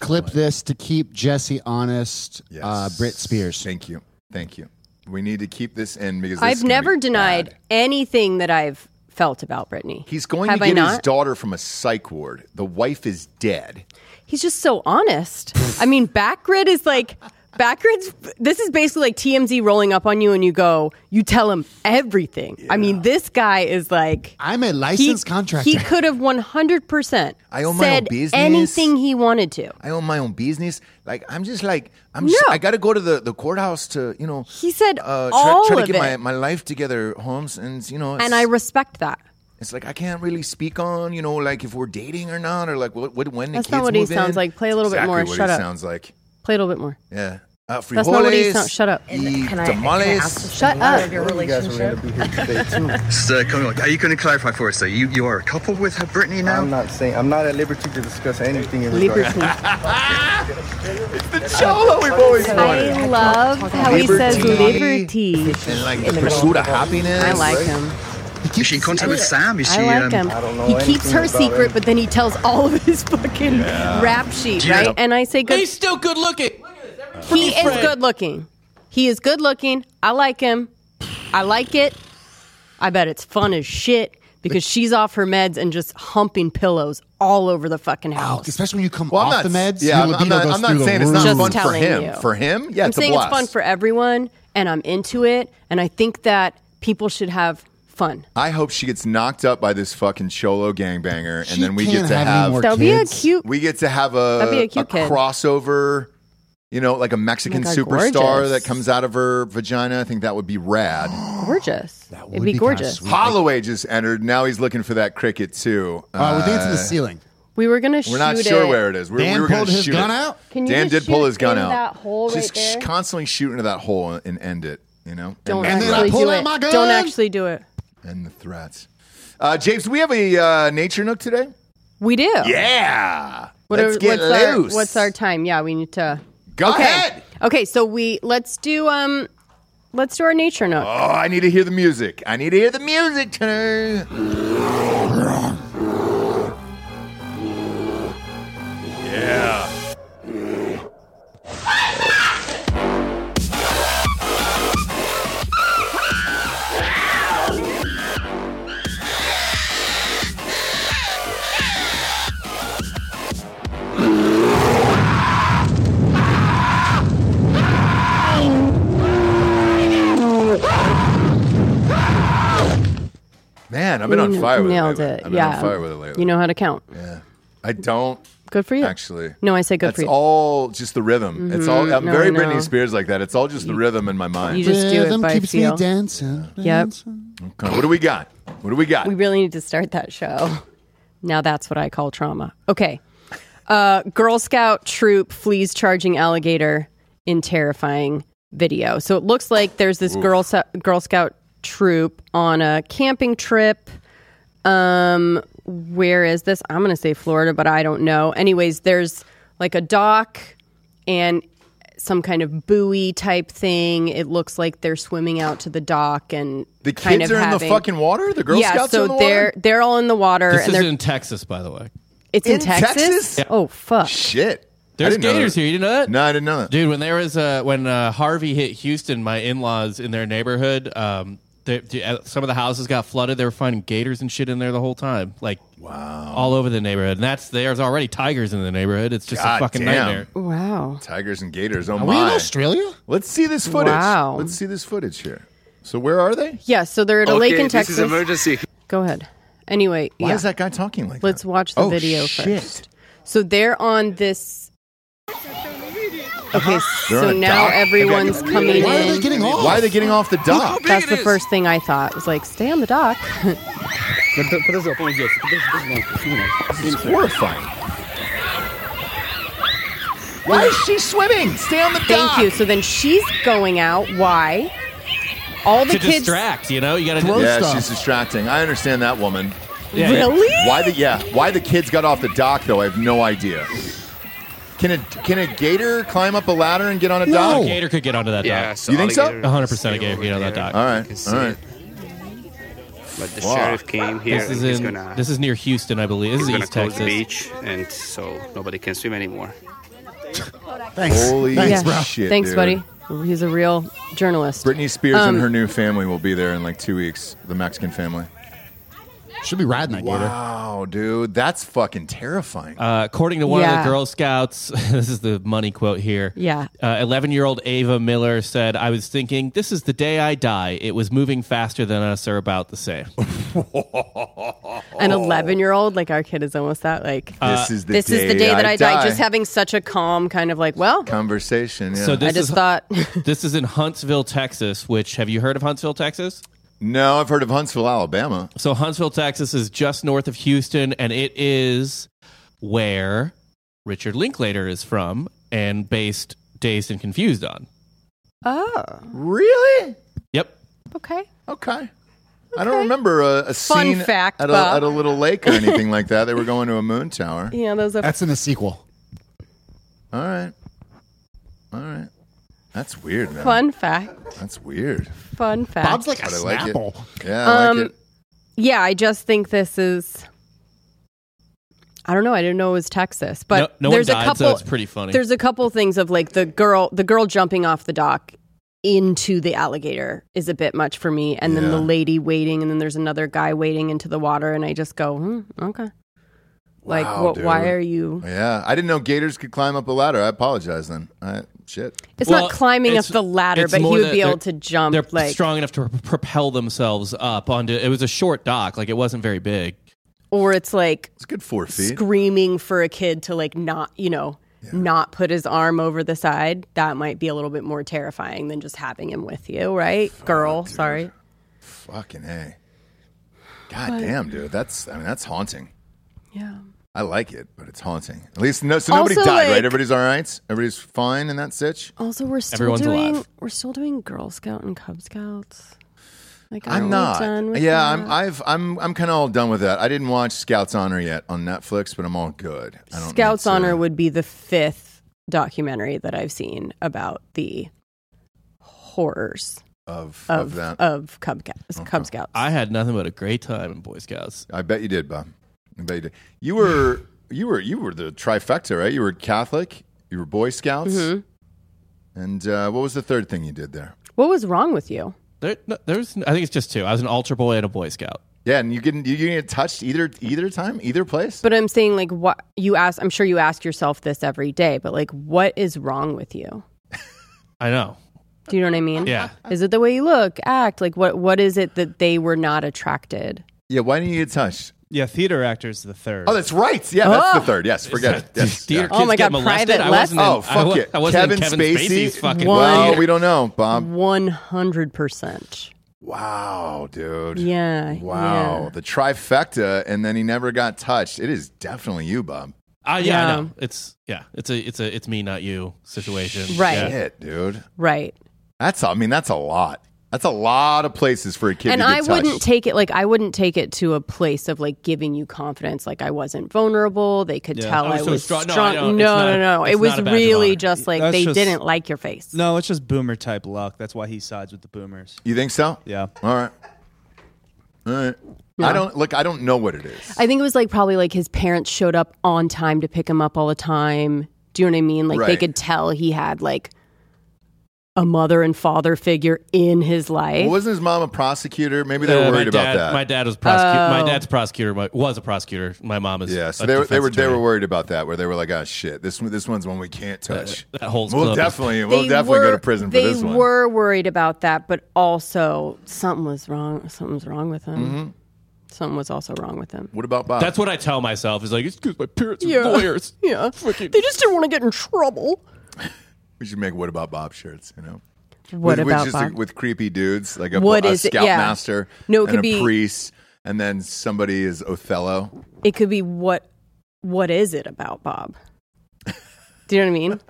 C: Clip this to keep Jesse honest. Uh, Brit Spears.
A: Thank you. Thank you. We need to keep this in because this is
B: I've
A: gonna
B: never
A: be
B: denied anything that I've felt about Britney.
A: He's going
B: Have
A: to
B: I
A: get his
B: not?
A: daughter from a psych ward. The wife is dead.
B: He's just so honest. I mean, Backgrid is like Backgrid's. This is basically like TMZ rolling up on you, and you go, you tell him everything. I mean, this guy is like.
C: I'm a licensed contractor.
B: He could have 100 percent
A: I own my own
B: said
A: business.
B: anything he wanted to.
A: I own my own business. Like I'm just like I'm.
B: No.
A: Just, I got to go to the, the courthouse to you know.
B: He said
A: uh,
B: all
A: try, try
B: of
A: to get my,
B: it.
A: my life together, Holmes, and you know. It's,
B: and I respect that.
A: it's like I can't really speak on you know like if we're dating or not or like what, what when
B: That's
A: the kids
B: not what he
A: move
B: sounds
A: in.
B: like. Play a little bit
A: exactly
B: more.
A: What
B: Shut
A: he
B: up.
A: Sounds like
B: Play a little bit more.
A: yeah. Uh,
B: That's not what he
A: frijoles,
B: sounds. Shut up.
A: y
P: Can I- can I ask
A: tamales.
P: the
B: Shut
P: matter
B: up.
P: of your
B: You
O: guys were
P: relationship?
N: *laughs* So, come on, are you going to clarify for us? though? you you are a couple with Brittany now?
O: I'm not saying I'm not at liberty to discuss anything in
N: Liberty.
O: regards.
A: The cholo we've always wanted.
B: I love how he says
A: Liberty.
B: liberty.
A: And like the pursuit of happiness.
B: I like him.
N: Is she in contact with Sam? Is she?
B: I like him.
N: um,
B: he keeps her secret, but then he tells all of his fucking
N: Yeah.
B: rap sheet,
N: Do you know-
B: right? And I say, good.
E: He's still good looking.
B: He is good looking. He is good looking. I like him. I like it. I bet it's fun as shit because she's off her meds and just humping pillows all over the fucking house.
C: Especially when you come
A: Well, I'm
C: off
A: not-
C: the meds.
A: yeah,
C: your
A: I'm- I'm
C: libido
A: not-
C: goes
A: I'm not
C: through the
A: saying it's not
C: roof.
A: fun for
B: telling
A: him.
B: you.
A: For him? Yeah,
B: I'm
A: it's a
B: saying
A: blast.
B: it's fun for everyone, and I'm into it, and I think that people should have fun.
A: I hope she gets knocked up by this fucking cholo gangbanger,
C: She
A: and then we get
C: can't
A: to
C: have
A: have,
C: any more
B: That'd be a kids. cute-
A: We get to have a,
B: That'd be a cute kid.
A: crossover. You know, like a Mexican
C: Oh
B: God,
A: superstar
B: gorgeous.
A: that comes out of her vagina. I think that would be
C: *gasps*
A: rad.
B: Gorgeous. It'd
C: would
B: be,
C: be kinda
B: gorgeous.
C: sweet.
A: Holloway just entered. Now he's looking for that cricket too.
C: Uh, we think it's in the
A: Uh,
C: ceiling.
B: We were gonna shoot
A: We're not sure
B: it.
A: where it is. We're,
C: Dan
A: we were going
C: pulled
A: to
C: his
A: shoot
C: gun
A: it.
C: out?
B: Can you
A: Dan
B: just
A: did pull
B: shoot
A: his gun
B: in
A: out.
B: that hole right
A: just
B: there?
A: constantly shoot into that hole and end it. You know,
B: Don't
A: and,
C: then I
B: actually
C: pull
B: do
C: out
B: it.
C: my gun.
B: Don't actually do it.
A: and the threats. Uh, James, do we have a uh, nature nook today?
B: We do.
A: Yeah.
B: What
A: Let's
B: are-
A: get
B: what's our-
A: loose.
B: what's our time? Yeah, we need to.
A: Go
B: okay.
A: ahead.
B: Okay, so we let's do um, let's do our nature note.
A: Oh, I need to hear the music. I need to hear the music today. Yeah. Man, I've been on
B: You
A: fire with
B: nailed
A: it.
B: it.
A: lately. I've been
B: yeah,
A: on fire with it lately.
B: you know how to count.
A: I don't
B: Good for you.
A: actually.
B: No, I say good
A: That's
B: for you.
A: all just the rhythm. It's all.
B: Mhm.
A: I'm
B: No,
A: very
B: I know.
A: Britney Spears like that. It's all just the rhythm in my mind.
B: You just do it
C: Rhythm
B: by
C: keeps me
B: feel.
C: dancing.
B: Yep.
A: Okay, what do we got? What do we got?
B: We really need to start that show. Now that's what I call trauma. Okay. Uh, Girl Scout troop flees charging alligator in terrifying video. So it looks like there's this Girl, Sou- Girl Scout troop on a camping trip. Um, where is this? I'm going to say Florida, but I don't know. Anyways, there's like a dock and some kind of buoy type thing. It looks like they're swimming out to the dock and
A: the kids
B: kind of
A: are in the
B: having-
A: fucking water. The Girl
B: yeah,
A: Scouts
B: so
A: are in the
B: they're
A: water.
B: they're all in the water
E: This
B: and
E: is
B: they're
E: in Texas, by the way.
B: It's in,
A: In Texas? Yeah.
B: Oh fuck!
A: Shit.
E: There's
A: didn't know
E: gators
A: that.
E: here. You didn't know that?
A: No, I didn't know that.
E: Dude, when there was uh, when uh, Harvey hit Houston, my in-laws in their neighborhood, um, they, d- uh, some of the houses got flooded. They were finding gators and shit in there the whole time, like
A: wow,
E: all over the neighborhood. And that's there's already tigers in the neighborhood. It's just
A: God
E: a fucking
A: damn.
E: nightmare.
B: Wow.
A: Tigers and gators. Oh
E: Are we
A: my.
E: in
C: Australia?
A: Let's see this footage.
B: Wow.
A: Let's see this footage here. So where are they?
B: Yeah, so they're at a lake in Texas.
A: emergency.
B: Go ahead. Anyway,
A: Why
B: yeah.
A: is that guy talking like
B: Let's watch the
A: Oh,
B: video
A: shit.
B: first. So they're on this. Okay,
A: They're
B: so
A: on a
B: now
A: dock?
B: everyone's
A: Okay.
B: coming
A: Why
B: in.
A: are they getting off? Why are they getting off the dock?
B: That's the first thing I thought. It was like, stay on the dock.
A: This is horrifying. Why is she swimming? Stay on the
B: Thank you. So then she's going out. Why? All the
E: to
B: kids.
E: distract, you know, you got to
A: yeah, she's distracting. I understand that woman.
E: Yeah. Really?
A: Why the yeah? Why the kids got off the dock though? I have no idea. Can a can a gator climb up a ladder and get on a
E: A
A: dock?
E: gator could get onto that
A: Oh. Yeah,
E: dock.
A: so You think so? alligators
E: 100% a gator could get on that dock.
A: All right, all right.
Q: But the
E: Fuck.
Q: sheriff came here
E: This
Q: and
E: is,
Q: he's
E: in-
Q: gonna
E: this is near Houston, I believe.
Q: he's
E: This is
Q: gonna
E: East
Q: close the beach,
E: Texas.
Q: and so nobody can swim anymore.
C: Thanks.
A: Holy
B: Yeah.
A: shit!
B: Thanks,
A: dude.
B: buddy. He's a real journalist.
A: Britney Spears
B: Um,
A: and her new family will be there in like two weeks. The Mexican family
C: should be riding that
A: gator. Wow, dude, that's fucking terrifying.
E: Uh, according to one
B: Yeah.
E: of the Girl Scouts, *laughs* this is the money quote here.
B: Yeah.
E: Eleven year old Ava Miller said, "I was thinking, this is the day I die. It was moving faster than us, or about the
B: *laughs*
E: same."
B: An 11 year old, like our kid is almost that. Like,
E: Uh, This
A: is the
B: this is the
A: day
B: day that
A: I
B: I die.
A: die.
B: Just having such a calm kind of like, well,
A: Conversation. Yeah.
E: So this
B: I just
E: is, *laughs*
B: thought.
E: this is in Huntsville, Texas. Which have you heard of Huntsville, Texas?
A: No, I've heard of Huntsville, Alabama.
E: So Huntsville, Texas is just north of Houston, and it is where Richard Linklater is from and based Dazed and Confused on.
B: Oh,
A: really?
E: Yep.
B: Okay.
A: Okay. I don't remember a, a
B: Fun
A: scene
B: fact,
A: at, a,
B: Bob.
A: at a little lake or anything like that. They were going to a moon
B: *laughs*
A: tower.
B: you know, those are.
C: That's in the sequel.
A: All right. All right. That's weird, man.
B: Fun fact.
A: That's weird.
B: Fun fact.
A: But I like it. Yeah, I
B: Um,
A: like it.
B: Yeah, I just think this is. I don't know. I didn't know it was Texas, but
E: No- no one
B: there's a
E: died, so
B: couple.
E: it's pretty funny.
B: There's a couple things of like the girl, the girl jumping off the dock into the alligator is a bit much for me, and then the
A: Yeah.
B: lady waiting, and then there's another guy wading into the water, and I just go, hmm, okay. Like,
A: Wow,
B: what, why
A: dude.
B: are you?
A: Yeah, I didn't know gators could climb up a ladder. I apologize then. I, shit.
B: It's not climbing up the ladder,
E: it's
B: but he
E: more
B: would
E: that
B: be able to
E: they're-
B: jump.
E: They're
B: like,
E: strong enough to propel themselves up onto. It was a short dock, like it wasn't very big.
B: or it's like
A: It's good four feet.
B: screaming for a kid to like not you know not put his arm over the side that might be a little bit more terrifying than just having him with you right girl sorry
A: Fucking a. God
B: But-
A: damn, dude. That's I mean that's haunting.
B: yeah
A: I like it, but it's haunting. At least no, so nobody
B: Also,
A: died,
B: like-
A: right? Everybody's all right. Everybody's fine in that sitch.
B: also we're still
A: Everyone's
B: doing
A: alive.
B: we're still doing girl scout and cub scouts like aren't
A: I'm
B: we
A: not.
B: done with
A: yeah,
B: that?
A: I'm. I've. I'm. I'm kind of all done with that. I didn't watch Scouts Honor yet on Netflix, but I'm all good. I don't.
B: Scouts Honor would be the fifth documentary that I've seen about the horrors
A: of
B: of,
A: of that.
B: of Cub, Scouts. Cub Scouts.
E: I had nothing but a great time in Boy Scouts.
A: I bet you did, Bob. I bet you did. You
B: *laughs*
A: were. You were. You were the trifecta, right? You were Catholic. You were Boy Scouts.
B: Mhm.
A: And uh, what was the third thing you did there?
B: What was wrong with you?
E: There, no, there's, I think it's just two. I was an altar boy and a Boy Scout.
A: Yeah, and you didn't. You didn't get touched either. Either time. Either place.
B: But I'm saying, like, what you ask, I'm sure you ask yourself this every day, but like, what is wrong with you?
E: I know.
B: Do you know what I mean?
E: Yeah.
B: Is it the way you look, act? Like, what what is it that they were not attracted?
A: Yeah. Why didn't you get touched?
D: Yeah, theater actors the third.
A: Oh, that's right. Yeah, that's
B: Oh.
A: the third. Yes, forget it. Yes,
E: Theater
A: yeah.
E: kids Oh my get God, molested? private I wasn't in-
A: oh,
E: I
A: fuck
E: wa-
A: it.
E: I wasn't in Kevin Spacey's fucking One-
A: Well, we don't know, Bob.
B: One hundred percent.
A: Wow, dude.
B: Yeah,
A: Wow.
B: yeah.
A: The trifecta, and then he never got touched. It is definitely you, Bob.
E: Ah, yeah,
B: Yeah.
E: I know. It's yeah, it's a it's a it's me not you situation.
B: Right.
E: Yeah.
A: Shit, dude.
B: Right.
A: That's. I mean, that's a lot. That's a lot of places for a kid.
B: and
A: to get
B: I wouldn't
A: touched.
B: take it like I wouldn't take it to a place of like giving you confidence. Like I wasn't vulnerable. They could
D: Yeah.
B: tell
D: I
B: I
D: was
B: was,
D: so strong. No, I
B: strong.
D: don't- it's
B: no,
D: not
B: no,
D: a-
B: no.
D: it's
B: It was
D: not a badge of
B: really
D: honor.
B: just like
D: That's
B: they
D: just-
B: didn't like your face.
D: No, it's just boomer type luck. That's why he sides with the boomers.
A: You think so?
D: Yeah.
A: All right. All right. I don't look. I don't know what it is.
B: I think it was like probably like his parents showed up on time to pick him up all the time. Do you know what I mean? Like they
A: Right.
B: could tell he had like a mother and father figure in his life.
A: Well, wasn't his mom a prosecutor? Maybe they
E: Uh,
A: were worried
E: my dad,
A: about that.
E: My dad was prosecutor.
B: Oh.
E: My dad's prosecutor. My, was a prosecutor. My mom is.
A: yeah, so
E: a
A: they were they
E: defense
A: were they
E: attorney.
A: were worried about that, where they were like, "Oh shit, this one- this one's one we can't touch."
E: That- that holds
A: We'll
E: club.
A: definitely we'll definitely go to prison for
B: they
A: this one.
B: were worried about that, but also something was wrong. Something was wrong with him.
A: Mm-hmm.
E: Mhm.
B: Something was also wrong with him.
A: What about Bob?
E: That's what I tell myself. Is like it's because my parents are lawyers.
B: Yeah. They just didn't want to get in trouble.
A: We should make what about Bob shirts, you know?
B: What
A: with, with
B: about
A: just
B: Bob?
A: A, with creepy dudes like a,
B: What
A: a
B: is it? Yeah.
A: scoutmaster?
B: No,
A: and
B: it could
A: a
B: be-
A: priest, and then somebody is Othello.
B: It could be what what is it about Bob? Do you know what I mean?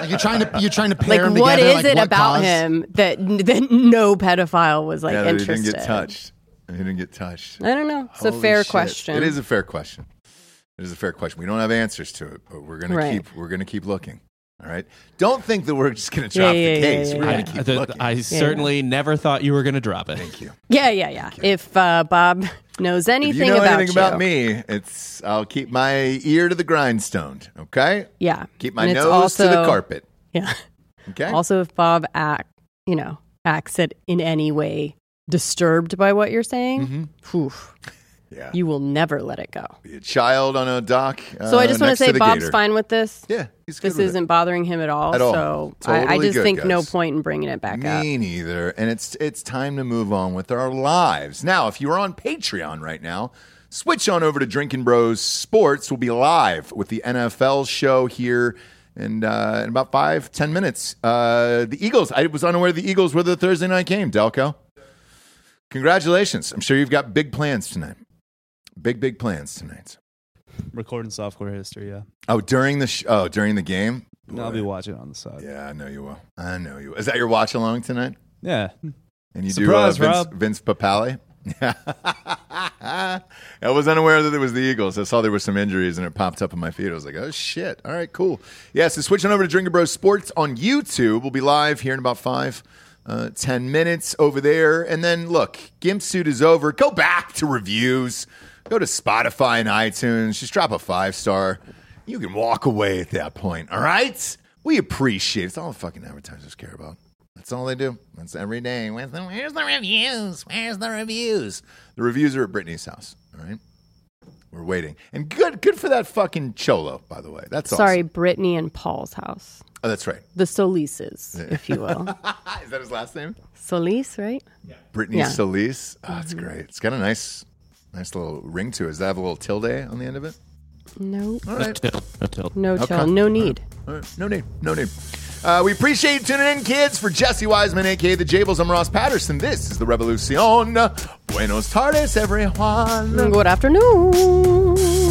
C: Like you're trying to you're trying to pair
B: like
C: them
B: what
C: together.
B: is
C: like,
B: it
C: what
B: about
C: caused-
B: him that that no pedophile was like
A: yeah, that he
B: interested?
A: didn't get touched. He didn't get touched.
B: I don't know. It's a
A: Holy
B: fair
A: shit.
B: question.
A: It is a fair question. It is a fair question. We don't have answers to it, but we're gonna
B: Right.
A: keep we're gonna keep looking. All right. Don't think that we're just gonna drop the case. We're
E: I,
A: gonna keep
E: the-
A: looking.
E: I certainly never thought you were going to drop it. Thank *laughs*
A: you.
B: Yeah, yeah, yeah. If uh, Bob *laughs* knows
A: If
B: anything
A: you know
B: about
A: anything
B: you,
A: about me, it's I'll keep my ear to the grindstone. Okay.
B: yeah,
A: Keep my
B: And it's
A: nose to the
B: also-
A: carpet.
B: *laughs* Yeah.
A: Okay.
B: Also, if Bob act, you know, acts it in any way disturbed by what you're saying, phew,
A: Mm-hmm. *laughs* Yeah. Uh,
B: you will never let it go.
A: Be a child on a dock.
B: So I just
A: want
B: want to say Bob's fine with this.
A: Yeah,
B: this
A: with it.
B: isn't bothering him at all.
A: At all.
B: So I, I
A: Totally
B: just
A: good,
B: think no
A: guys.
B: point in bringing it back up.
A: Me neither. And it's it's time to move on with our lives. Now, if you are on Patreon right now, switch on over to Drinking Bros Sports. We'll be live with the NFL show here. in uh, in about five, ten minutes, uh, the Eagles. I was unaware the Eagles were the Thursday night game. Delco, congratulations! I'm sure you've got big plans tonight. Big, big plans tonight.
D: Recording software history. Yeah.
A: Oh, during the sh- oh during the game.
D: No, I'll be watching on the side.
A: Yeah, I know you will. I know you. will. Is that your watch along tonight?
D: Yeah.
A: And you
D: Surprise,
A: do uh, Vince,
D: Rob.
A: Vince Papale. *laughs* I was unaware that it was the Eagles. I saw there were some injuries and it popped up in my feed. I was like, oh shit. All right, cool. Yeah, so switching over to Drinking Bros Sports on YouTube. We'll be live here in about five, uh, 10 minutes over there. And then look, Gimp Suit is over. Go back to reviews. Go to Spotify and iTunes. Just drop a five star. You can walk away at that point. All right? We appreciate it. It's all fucking advertisers care about. That's all they do. That's every day. Where's the, where's the reviews? Where's the reviews? The reviews are at Brittany's house. All right, we're waiting. And good, good for that fucking cholo, by the way. That's
B: Sorry,
A: awesome.
B: Brittany and Paul's house,
A: Oh, that's right. *laughs*
B: the Solises, if you will.
A: Is that his last name?
B: Solis, right?
A: Brittany
B: Yeah. Mm-hmm.
A: Solis. Oh, that's great. It's got a nice, nice little ring to it. Does that have a little tilde on the end of it?
B: No.
A: All right.
B: No
A: Okay.
B: till. No need.
A: All right. No need. No need. Uh, we appreciate you tuning in, kids. For Jesse Wiseman, aka the Jables, I'm Ross Patterson. This is the Revolucion. Buenos tardes, everyone.
B: Good afternoon.